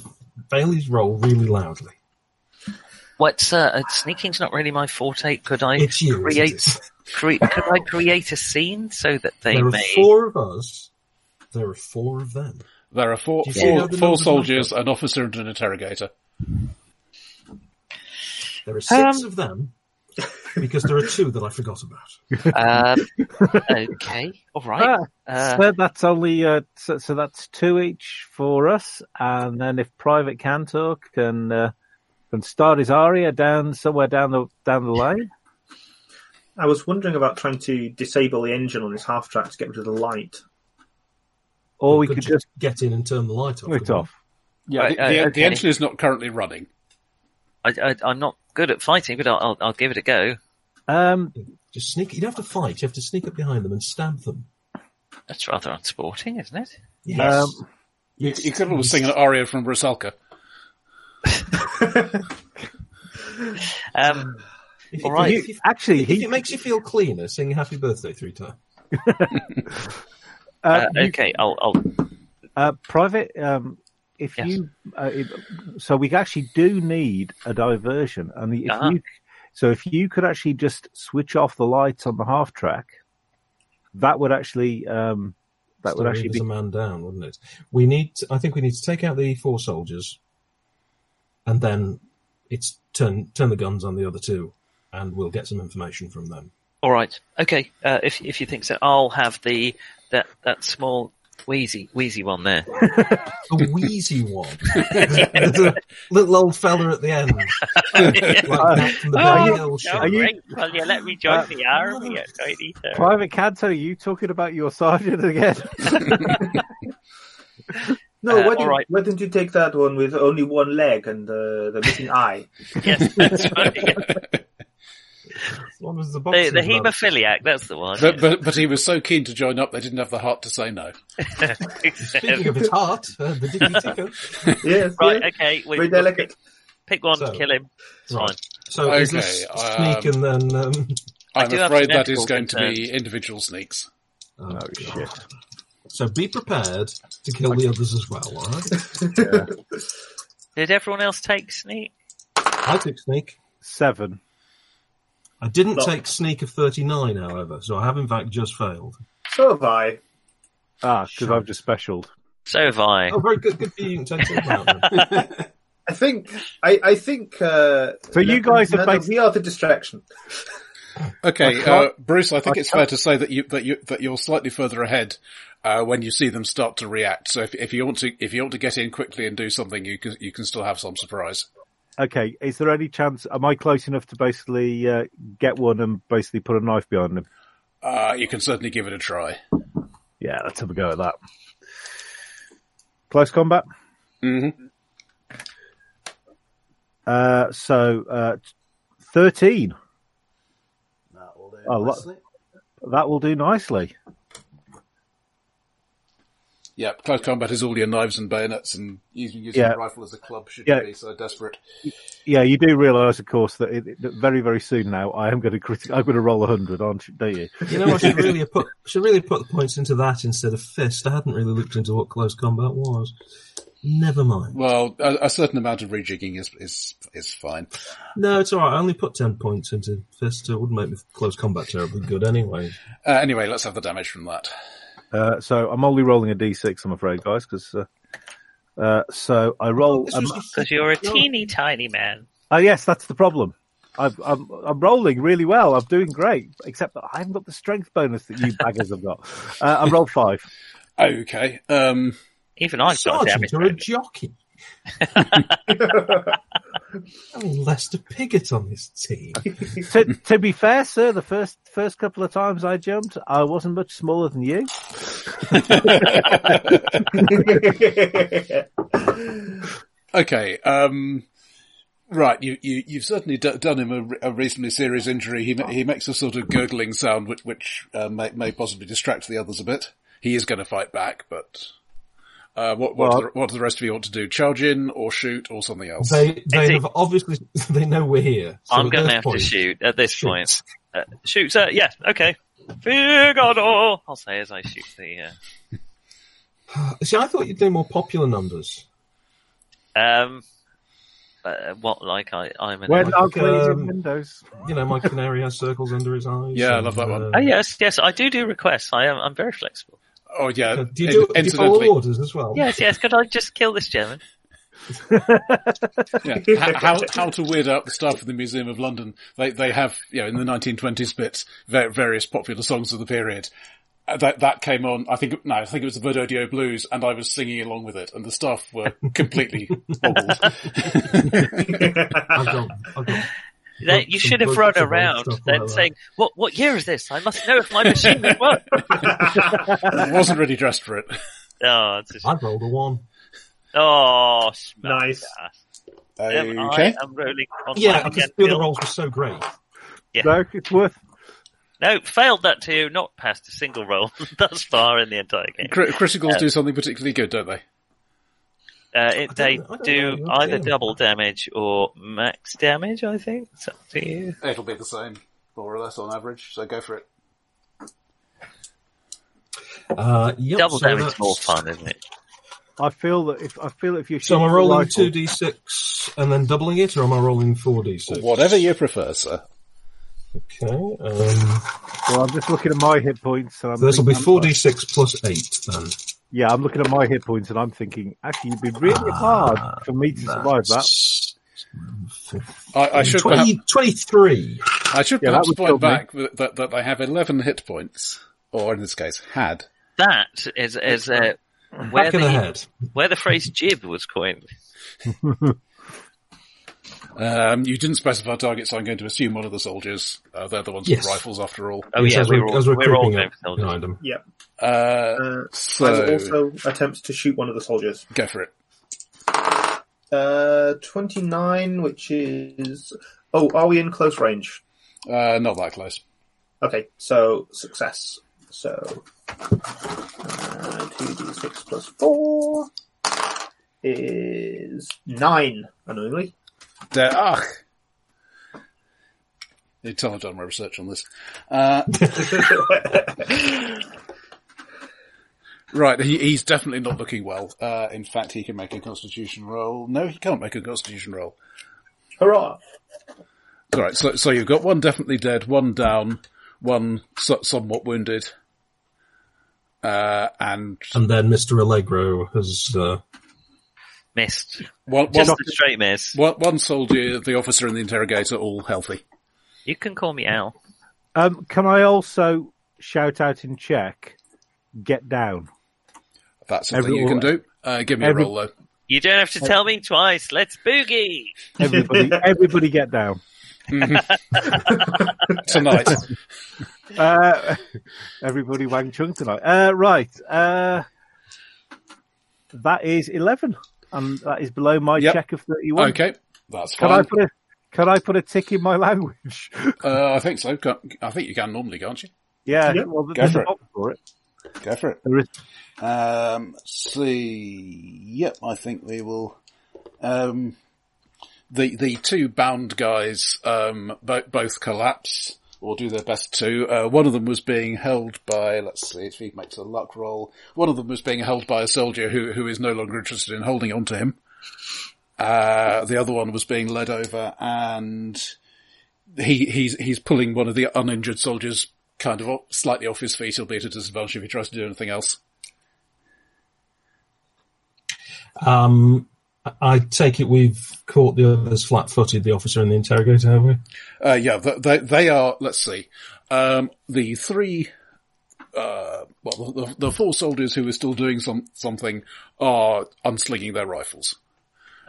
C: fail his roll really loudly.
F: What's uh, uh, sneaking's not really my forte. Could I
C: It's you. isn't
F: create?
C: it?
F: Cre- could I create a scene so that they
C: There are
F: may?
C: four of us. There are four of them.
B: There are four,
C: Do you see how
B: four,
C: the
B: four
C: numbers
B: soldiers,
C: match
B: an officer and an interrogator.
C: There are
D: Um,
C: six of them because there are two that I forgot about.
F: Uh, okay. All right. Uh,
D: so that's only uh, so, so that's two each for us, and then if Private Cantor can uh, can start his aria down somewhere down the down the lane.
E: I was wondering about trying to disable the engine on this half track to get rid of the light.
D: Or we could just
C: get in and turn the light off.
D: put it off.
B: Yeah,
F: Right,
B: the,
F: uh,
B: the, the
F: okay.
B: engine is not currently running.
F: I, I, I'm not good at fighting, but I'll, I'll, I'll give it a go.
D: Um,
C: Just sneak. You don't have to fight. You have to sneak up behind them and stab
D: Um,
C: them.
F: That's rather unsporting, isn't it?
C: Yes.
D: Um,
B: You, you could always sing an aria from Rusalka.
F: Um,
C: If-
F: all right.
C: if- if-
D: actually,
C: if
D: he,
C: it makes you feel cleaner, sing happy birthday three times.
D: uh,
F: uh,
D: you-
F: okay. I'll, I'll.
D: uh, private. Um, if
F: Yes.
D: you, uh, if, so we actually do need a diversion, and the- if
F: Ah.
D: you, so if you could actually just switch off the lights on the half track, that would actually, um, that would
C: Story
D: actually
C: there's
D: be.
C: a man down, wouldn't it? We need. To, I think we need to take out the four soldiers, and then it's turn turn the guns on the other two, and we'll get some information from them.
F: All right. Okay. Uh, if if you think so, I'll have the that that small wheezy wheezy one there.
C: The wheezy one, There's a little old fella at the end, like that from the
D: Are you-
C: Black Hill show.
D: Oh, are you- Uh,
F: Well, yeah, let me join the army. I don't need to.
D: Private Cantor, are you talking about your sergeant again?
E: No,
F: Uh,
E: why, do,
F: alright.
E: why didn't you take that one with only one leg and uh, the missing eye?
F: Yes, that's right.
C: What was the,
F: the,
C: boxing
F: the
C: man?
F: hemophiliac. That's the one.
B: But, but, but he was so keen to join up, they didn't have the heart to say no.
C: Speaking of his heart, uh, the diggity ticker.
E: yes,
F: right.
E: yes.
F: Okay. We,
E: Very
F: we'll
E: delicate.
F: pick, pick one
C: So,
F: to kill him. It's
C: right.
F: fine.
C: So is this
B: Okay,
C: sneak and then? Um,
B: I'm
F: do have
B: afraid that is
F: medical
B: going to be
F: concerns.
B: individual sneaks.
C: oh,
D: shit.
C: God. So be prepared to kill the others as well. All right.
F: Did everyone else take sneak?
C: I took sneak.
D: Seven.
C: I didn't
E: Not-
C: take sneak of 39, however, so I have in fact just failed.
E: So have I.
D: Ah, because I've just specialed.
F: So have I.
C: Oh, very good. Good for you. You can take it out then.
E: I think. I, I think. Uh,
D: So you
E: Lieutenant
D: guys are
E: Commander,
D: basi-
E: we are the distraction.
B: Okay,
D: I
B: uh,
D: can't-
B: Bruce, I think
D: I
B: it's fair to say that you that you that you're slightly further ahead uh, when you see them start to react. So if, if you want to if you want to get in quickly and do something, you can you can still have some surprise.
D: Okay, is there any chance? Am I close enough to basically uh, get one and basically put a knife behind him?
B: Uh, you can certainly give it a try.
D: Yeah, let's have a go at that. Close combat.
B: Mm-hmm.
D: Uh, so uh, 13.
G: That will do.
D: A lot-
G: nicely.
D: Oh, That will do nicely.
B: Yeah, close combat is all your knives and bayonets and
G: Using, using
D: Yeah.
G: a rifle as a club should
D: Yeah.
G: not be so desperate.
D: Yeah, you do realise, of course, that, it, that very, very soon now I am going to critic. I'm going to roll a hundred, aren't you? Do you?
C: You know, I should really have put should really have put the points into that instead of fist. I hadn't really looked into what close combat was. Never mind.
B: Well, a, a certain amount of rejigging is is is fine.
C: No, it's all right. I only put ten points into fist. so It wouldn't make me close combat terribly good anyway.
B: Uh, anyway, let's have the damage from that.
D: Uh, so I'm only rolling a d6, I'm afraid, guys, because. Uh, uh, so I roll. um,
F: Because you're a teeny tiny man.
D: Oh yes, that's the problem. I've, I'm I'm rolling really well. I'm doing great, except that I haven't got the strength bonus that you baggers have got. Uh, I rolled five.
B: Okay. Um,
F: Even I've got a
C: Sergeant
F: damage.
C: or a
F: bonus.
C: jockey. I mean, Lester Piggott on this team.
D: to, to be fair, sir, the first first couple of times I jumped, I wasn't much smaller than you.
B: okay. Um, right. You, you you've certainly d- done him a, re- a reasonably serious injury. He ma- he makes a sort of gurgling sound, which which uh, may may possibly distract the others a bit. He is going to fight back, but. Uh, what what,
D: Well-
B: do the, what do the rest of you want to do? Charge in, or shoot, or something else?
C: They they
F: Is it-
C: have obviously they know we're here. so
F: I'm
C: at
F: going to
C: this
F: have
C: point-
F: to shoot at this
C: Shoot.
F: point. Uh, shoot, sir. Yeah, okay. Figaro! I'll say as I shoot the. Uh,
C: See, I thought you'd do more popular numbers.
F: Um, uh, what like I I'm an.
D: When
C: Like,
D: uglies
C: um,
D: in uh, windows.
C: You know, my canary has circles under his eyes.
B: Yeah, I
C: and,
B: love that one.
C: uh,
F: oh yes, yes, I do do requests. I am I'm very flexible.
B: Oh yeah,
C: uh, Do you do, do you follow
B: incidentally,
C: orders as well?
F: Yes, yes. Could I just kill this German?
B: yeah. H- how how to weird out the staff of the Museum of London. They they have you know in the 1920s bits va- various popular songs of the period. Uh, That that came on. I think no, I think it was the Verdodeo Blues, and I was singing along with it, and the staff were completely boggled.
C: I've got, I've got
F: That you
C: some
F: should have run
C: bugs and
F: around
C: stuff
F: then
C: like that.
F: saying, "What what year is this? I must know if my machine will work."
B: I wasn't really dressed for it.
F: Oh, it's just,
C: I've rolled a one.
F: oh, smash
E: Nice.
F: that. Am
B: Okay,
F: I, am rolling on
C: Yeah,
F: my
C: because
F: again,
C: the other
F: Bill.
C: rolls were so great.
D: No, it's worth.
F: No, failed that too. Not passed a single roll thus far in the entire game.
B: Cri- criticals do something particularly good, don't they?
F: Uh, it,
C: I
F: they
C: don't- I don't know what
F: do
C: you're
F: either
C: doing.
F: double damage or max damage. I think. It's up to you.
G: It'll be the same, more or less on average. So go for it.
C: Uh, yep,
F: Double
C: so
F: damage is
C: that's-
F: more fun, isn't it?
D: I feel that if I feel if you
C: So am I
D: shoot
C: rolling
D: rifle-
C: two d six and then doubling it, or am I rolling four d six?
B: Whatever you prefer, sir.
C: Okay, um,
D: Well, I'm just looking at my hit points. And I'm
C: so this will be
D: thinking-
C: four d six plus eight then.
D: Yeah, I'm looking at my hit points, and I'm thinking actually, it'd be
A: Ah,
D: really hard for me to survive that.
C: That's
B: I, I should
C: 20
B: perhaps,
C: 23.
B: I should
D: Yeah, that
B: perhaps
D: would
B: point
D: kill me.
B: back that, that that they have 11 hit points, or in this case, had.
F: That is is uh, where
C: Back of the
F: the
C: head.
F: where the phrase jib was coined.
B: Um, you didn't specify targets, so I'm going to assume one of the soldiers. Uh, they're the ones
C: Yes.
B: with rifles, after all.
F: Oh
C: Yes,
F: yeah,
C: as
F: we're
C: we're,
F: all
C: as we're,
F: we're all
C: creeping
F: going
C: up
F: for soldiers.
C: behind him.
E: yep.
B: Uh,
E: Uh, I will
B: so
E: also attempt to shoot one of the soldiers.
B: go for it.
E: Uh, 29, which is. Oh, are we in close range?
B: Uh, not that close.
E: Okay, so success. So. Uh, 2d6 plus 4 is 9, annoyingly.
B: There, ugh. Need time I've done my research on this. Uh, right, he, he's definitely not looking well. Uh, in fact, he can make a constitution roll. No, he can't make a constitution roll.
E: Hurrah!
B: All right, so so you've got one definitely dead, one down, one so, somewhat wounded, uh, and
C: And then Mr. Allegro has, uh,
F: Missed.
B: one, one,
F: Just a straight miss.
B: One, one soldier, the officer, and the interrogator all healthy.
F: You can call me Al.
D: Um, can I also shout out in check? Get down.
B: That's something
D: Every-
B: you can do. Uh, give me
D: every-
B: a roll though.
F: You don't have to tell me twice. Let's boogie.
D: Everybody, everybody, get down.
B: Tonight.
D: Uh, everybody, Wang Chung tonight. Uh, right. Uh, that is eleven, and that is below my
B: Yep.
D: check of thirty-one.
B: okay. That's
D: Can
B: fine.
D: I put a Can I put a tick in my language?
B: Uh, I think so. Can't- I think you can normally, can't you?
D: yeah,
E: Yeah.
D: well,
A: Go
D: there's
A: for
D: a
A: it.
D: box for it.
A: Go for it.
D: There is,
A: Um, let's see, yep, I think they will. Um,
B: the the two bound guys um, bo- both collapse or do their best to. Uh, one of them was being held by let's see if he makes a luck roll. One of them was being held by a soldier who who is no longer interested in holding on to him. Uh, the other one was being led over, and he he's he's pulling one of the uninjured soldiers kind of off, slightly off his feet. He'll be at a disadvantage if he tries to do anything else.
C: Um, I- I take it we've caught the others flat-footed, the officer and the interrogator, have we?
B: Uh, yeah, th- they, they are, let's see, um, the three, uh, well, the, the four soldiers who are still doing some, something are unslinging their rifles.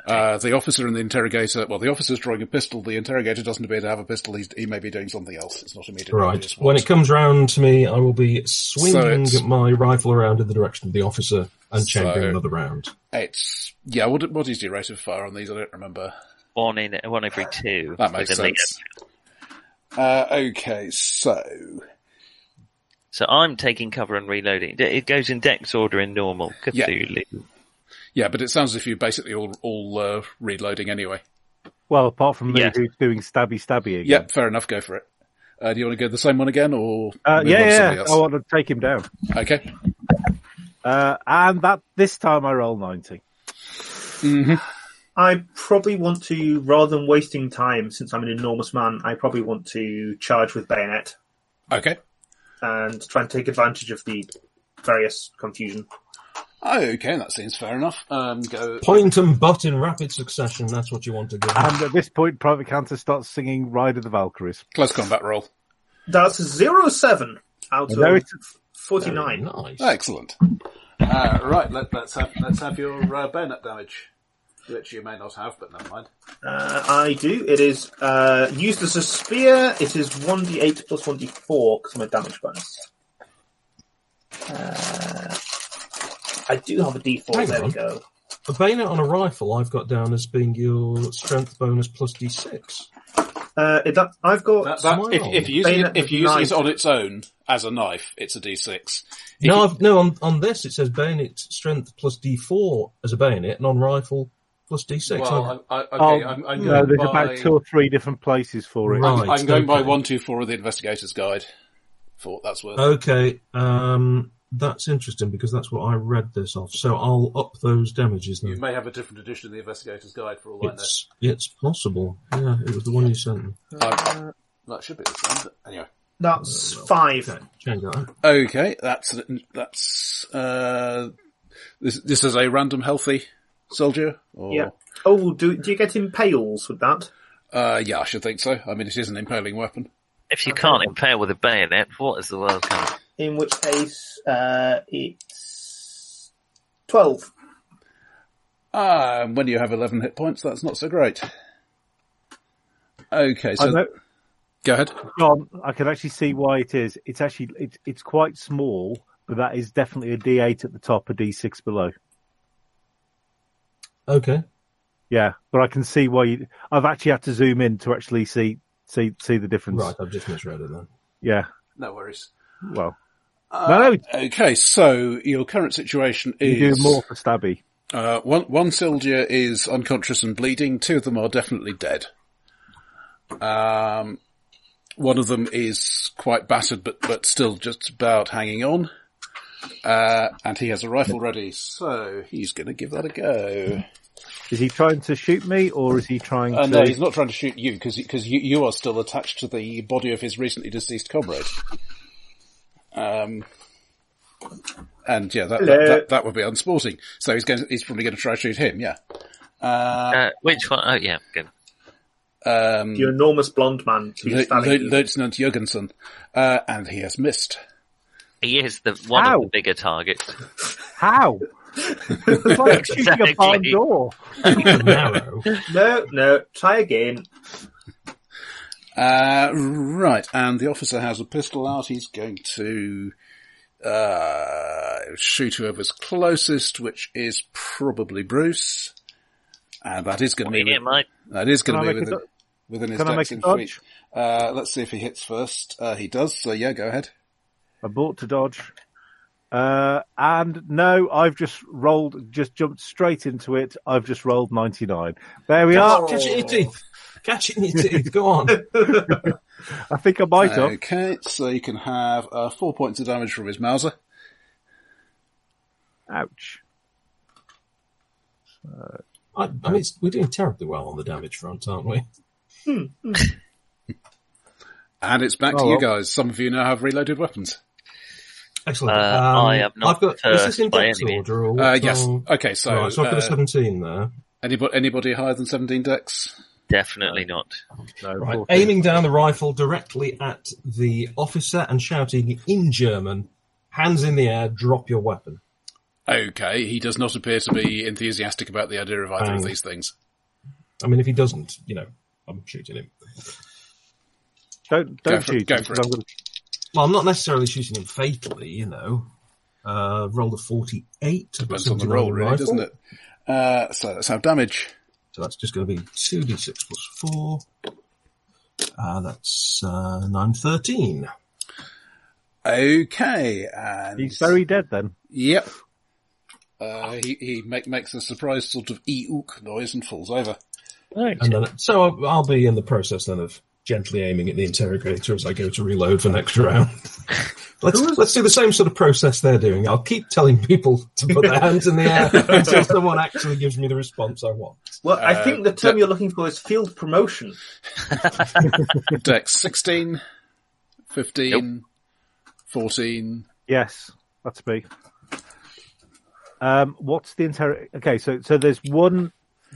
B: Uh, the officer and the interrogator, well, the officer's drawing a pistol, the interrogator doesn't appear to have a pistol, he's, he may be doing something else, it's not immediately
C: Right.
B: obvious what.
C: When it comes round to me, I will be swinging
B: it's-
C: my rifle around in the direction of the officer and chambering
B: So-
C: another round.
B: It's, yeah, what, what is your rate of fire on these, I don't remember.
F: One in one every two.
B: That makes
F: with a leader.
B: sense. Uh, okay, so,
F: So I'm taking cover and reloading. It- It goes in dex order in normal
B: Yeah.
F: Cthulhu.
B: yeah, but it sounds as if you're basically all, all, uh, reloading anyway.
D: well, apart from me
F: Yeah.
D: who's doing stabby stabby again.
B: Yep, fair enough. Go for it. Uh, do you want to go the same one again, or move
D: Uh,
B: on to
D: yeah,
B: something
D: yeah.
B: else?
D: I want to take him down.
B: Okay.
D: Uh, and that this time I roll 90. Mm-hmm.
E: I probably want to, rather than wasting time, since I'm an enormous man, I probably want to charge with bayonet
B: Okay.
E: and try and take advantage of the various confusion.
B: Oh, Okay, that seems fair enough. Um, go.
C: Point and butt in rapid succession. That's what you want to do.
B: Ah.
D: And at this point, Private Cantor starts singing Ride of the Valkyries.
B: Close combat roll.
E: That's zero seven out
D: There
E: of
C: Very
D: it
E: forty-nine.
C: Nice.
B: Excellent.
G: Uh, right, let, let's have let's have your uh, bayonet damage, which you may not have, but never mind.
E: Uh, I do. It is uh, used as a spear. It is one d eight plus one d four because my damage bonus. Uh, I do have a d four.
C: Hang
E: There
C: on.
E: we go.
C: A bayonet on a rifle, I've got down as being your strength bonus plus d6.
E: Uh, it, that, I've
B: That,
E: got.
B: that, if, if you use it,
E: Bayonet
B: if you use
E: knife.
B: it on its own as a knife, it's a D6. If
C: No,
B: you-
C: I've, no. On, on this, it says bayonet strength plus d4 as a bayonet, and on rifle plus d6. I've-
B: well, I, I, okay,
D: Oh,
B: I'm, I'm
D: No,
B: going
D: there's
B: by,
D: about two or three different places for it.
C: Right.
B: I'm, I'm going by
C: okay. Oh.
B: one two four of the investigator's guide. For what that's worth.
C: Okay, um, that's interesting because that's what I read this off. So I'll up those damages
G: You
C: then.
G: may have a different edition of the Investigator's Guide for all I know.
C: It's it's possible. Yeah, it was the one you sent me.
B: Uh,
G: That should be the same. But anyway,
E: That's five.
C: Okay, change that.
B: Okay, that's that's uh, this this is a random healthy soldier. Or,
E: Yeah. Oh, do do you get impales with that?
B: Uh, yeah, I should think so. I mean, it is an impaling weapon.
F: If you can't impale with a bayonet, what is the world coming?
E: In which case, uh, it's twelve.
B: Ah, and when you have eleven hit points, that's not so great. Okay,
D: I
B: so
D: know,
B: go ahead.
D: John, I can actually see why it is. It's actually it's it's quite small, but that is definitely a D8 at the top, a D6 below.
C: Okay.
D: Yeah, but I can see why you, I've actually had to zoom in to actually see see see the difference.
C: Right, I've just misread it then.
D: Yeah.
G: no worries.
D: Well,
B: Uh,
D: no, no,
B: Okay, so your current situation is
D: you do more for stabby.
B: Uh, one one soldier is unconscious and bleeding. Two of them are definitely dead. Um, one of them is quite battered, but but still just about hanging on. Uh, and he has a rifle ready, so he's going to give that a go.
D: Is he trying to shoot me, or is he trying
B: Uh,
D: to?
B: no, he's not trying to shoot you because you, you are still attached to the body of his recently deceased comrade. Um, and yeah, that, that,
E: Hello.
B: that that would be unsporting. So he's going. To, he's probably going to try to shoot him. Yeah.
F: Uh, which one? Oh, yeah, good.
B: Um,
E: The enormous blonde man who's
B: Le-
E: standing.
B: Le-
E: here.
B: Lieutenant Jurgensen, uh, and he has missed.
F: He is the one
D: Ow.
F: of the bigger targets.
D: How? it's like shooting a barn
F: Exactly.
D: door.
C: Narrow.
E: No, no. Try again.
B: Uh, right, and the officer has a pistol out. He's going to uh, shoot whoever's closest, which is probably Bruce, and that is going to be
F: Yeah,
B: with,
F: my
B: that is going
D: Can
B: to
D: I
B: be
D: make
B: with
D: a do-
B: within his
D: Can I
B: dex
D: make a
B: in
D: dodge?
B: reach. Uh, let's see if he hits first. Uh, he does. So yeah, go ahead.
D: I bought to dodge. Uh, and no, I've just rolled, just jumped straight into it. I've just rolled 99. There we are.
C: Catch it in your teeth. Catch it in your teeth. Go on.
D: I think I might have.
B: Okay, so you can have uh, four points of damage from his Mauser.
D: Ouch.
C: I, I mean, it's, we're doing terribly well on the damage front, aren't we?
F: Uh,
B: And it's back to
D: Oh,
B: you
D: well.
B: guys. Some of you now have reloaded weapons.
C: Excellent. Um,
F: Uh, I am not
C: I've got, is this in
F: cursed by
C: dex
F: any means.
C: order or
B: Uh,
C: what's
B: yes.
C: on-
B: Okay, so,
C: um, right, so I've got a
B: uh,
C: 17 there.
B: anybody, anybody higher than 17 dex?
F: Definitely not.
D: No,
C: Right,
D: fourteen.
C: aiming down the rifle directly at the officer and shouting in German, hands in the air, drop your weapon.
B: Okay, he does not appear to be enthusiastic about the idea of either of
C: Bang.
B: these things.
C: I mean, if he doesn't, you know, I'm shooting him.
D: Don't, don't
B: for it,
D: shoot.
B: go
D: him,
B: for
D: 'cause
B: it.
D: I'm gonna-
C: Well, I'm not necessarily shooting him fatally, you know. Uh, rolled a 48. I've got
B: Depends on the
C: 17
B: roll,
C: the
B: really,
C: rifle.
B: doesn't it? Uh, so let's have damage.
C: So that's just going to be 2d6 plus 4. Uh, that's uh, 9, 13.
B: Okay, and
D: He's very dead then.
B: Yep. Uh, he he make, makes a surprised sort of eek noise and falls over.
C: And then, so I'll, I'll be in the process then of gently aiming at the interrogator as I go to reload for next round. let's let's do the same sort of process they're doing. I'll keep telling people to put their hands in the air until someone actually gives me the response I want.
E: Well,
B: Uh,
E: I think the term
B: that-
E: you're looking for is field promotion.
B: Dex 16, 15, 14.
D: Yes, that's me. Um, what's the inter? Okay, so so there's one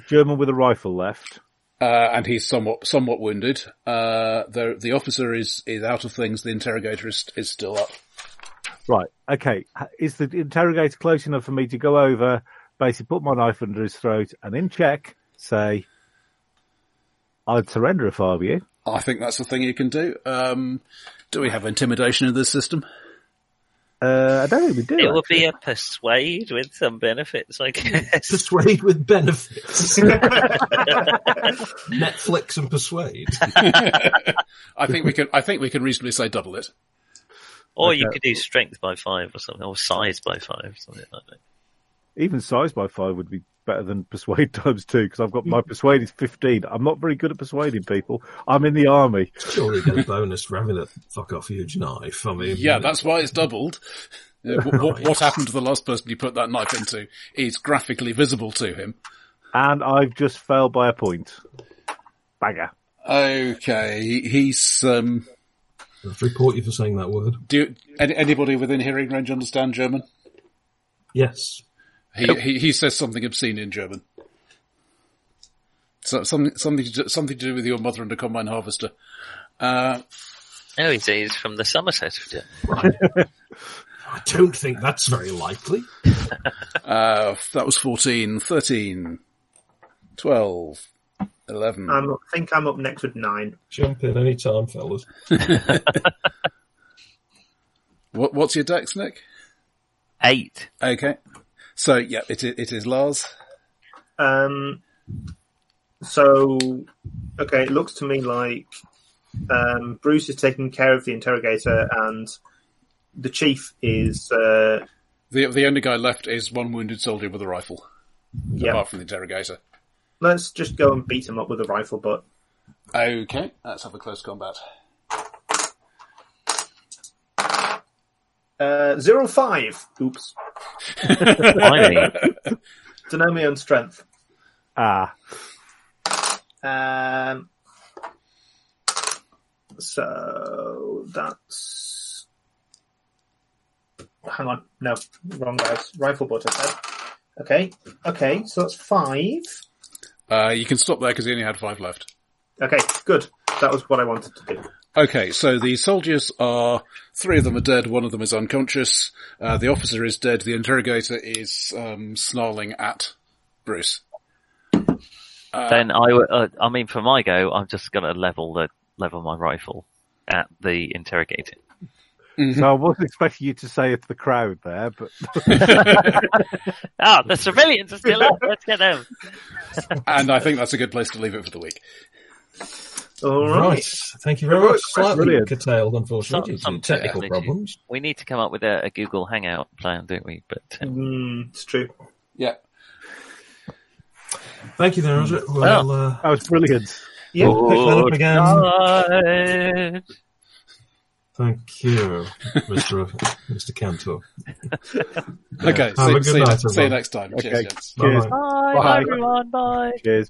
D: German with a rifle left.
B: Uh, and he's somewhat somewhat wounded. Uh, the the officer is, is out of things. The interrogator is is still up.
D: Right. Okay. H- Is the interrogator close enough for me to go over, basically put my knife under his throat, and in check say, "I'd surrender if I were you."
B: I think that's the thing you can do. Um, do we have intimidation in this system?
D: Uh, I don't think we do.
F: It will
D: actually.
F: be a persuade with some benefits, I guess.
C: Persuade with benefits. Netflix and persuade.
B: I think we can. I think we can reasonably say double it.
F: or you could do strength by five or something, or size by five, something like that.
D: Even size by five would be better than persuade times two because I've got my persuade is fifteen. I'm not very good at persuading people. I'm in the army.
C: Surely get a bonus for having a fuck off huge knife. I mean,
B: Yeah, that's why it's doubled. Uh, wh- wh-
C: Right.
B: what happened to the last person you put that knife into is graphically visible to him.
D: And I've just failed by a point. Banger.
B: Okay, he- he's. Um,
C: I have to report you for saying that word.
B: do any, anybody within hearing range understand German?
C: Yes.
B: He, he he says something obscene in German. So something something to do, something to do with your mother and a combine harvester. Uh,
F: Oh, he's, he's from the Somerset. of Germany.
C: I don't think that's very likely.
B: uh, that was 14, 13, 12, 11.
E: I'm, I think I'm up next with nine.
C: Jump in any time, fellas.
B: what, what's your dex, Nick?
F: Eight.
B: Okay. So yeah, it i- it is Lars.
E: Um, so, okay, it looks to me like um, Bruce is taking care of the interrogator and the chief is, uh,
B: The the only guy left is one wounded soldier with a rifle,
E: yeah.
B: apart from the interrogator.
E: Let's just go and beat him up with a rifle butt.
B: Okay, let's have a close combat.
E: Uh, zero five. Oops.
F: Finally.
E: Dynamio and strength.
D: Ah,
E: Um, so that's. Hang on, no, wrong guys. Rifle butt, I said. Okay, okay, so that's five.
B: Uh, you can stop there because he only had five left.
E: Okay, good. That was what I wanted to do.
B: Okay, so the soldiers are three of them are dead, one of them is unconscious. Uh, the officer is dead. The interrogator is um, snarling at Bruce.
F: then I, w- uh, I mean, for my go, I'm just going to level the level my rifle at the interrogator.
D: so I wasn't expecting you to say it's the crowd there, but
F: Ah, the civilians are still up. Let's get them.
B: And I think that's a good place to leave it for the week.
E: All
C: Right.
E: right.
C: Thank you very
D: Right,
C: much. Slightly
D: brilliant.
C: curtailed, unfortunately, due to
F: Some- some
C: technical
F: technical
C: problems.
F: We need to come up with a, a Google Hangout plan, don't we? But um,
E: Mm, it's true.
B: Yeah.
C: Thank you, there, Roger. Well, uh,
D: That was brilliant.
E: Yeah.
C: we'll pick that up
F: Good
C: again.
F: night.
C: Thank you, Mr. Mr. Cantor.
B: Okay.
C: Have a
B: see,
C: good
B: see,
C: night,
B: see you
C: everyone.
B: next time. Cheers,
D: Okay.
B: gents.
D: Cheers.
C: Bye-bye.
F: Bye,
D: Bye.
F: everyone. Bye.
D: Cheers.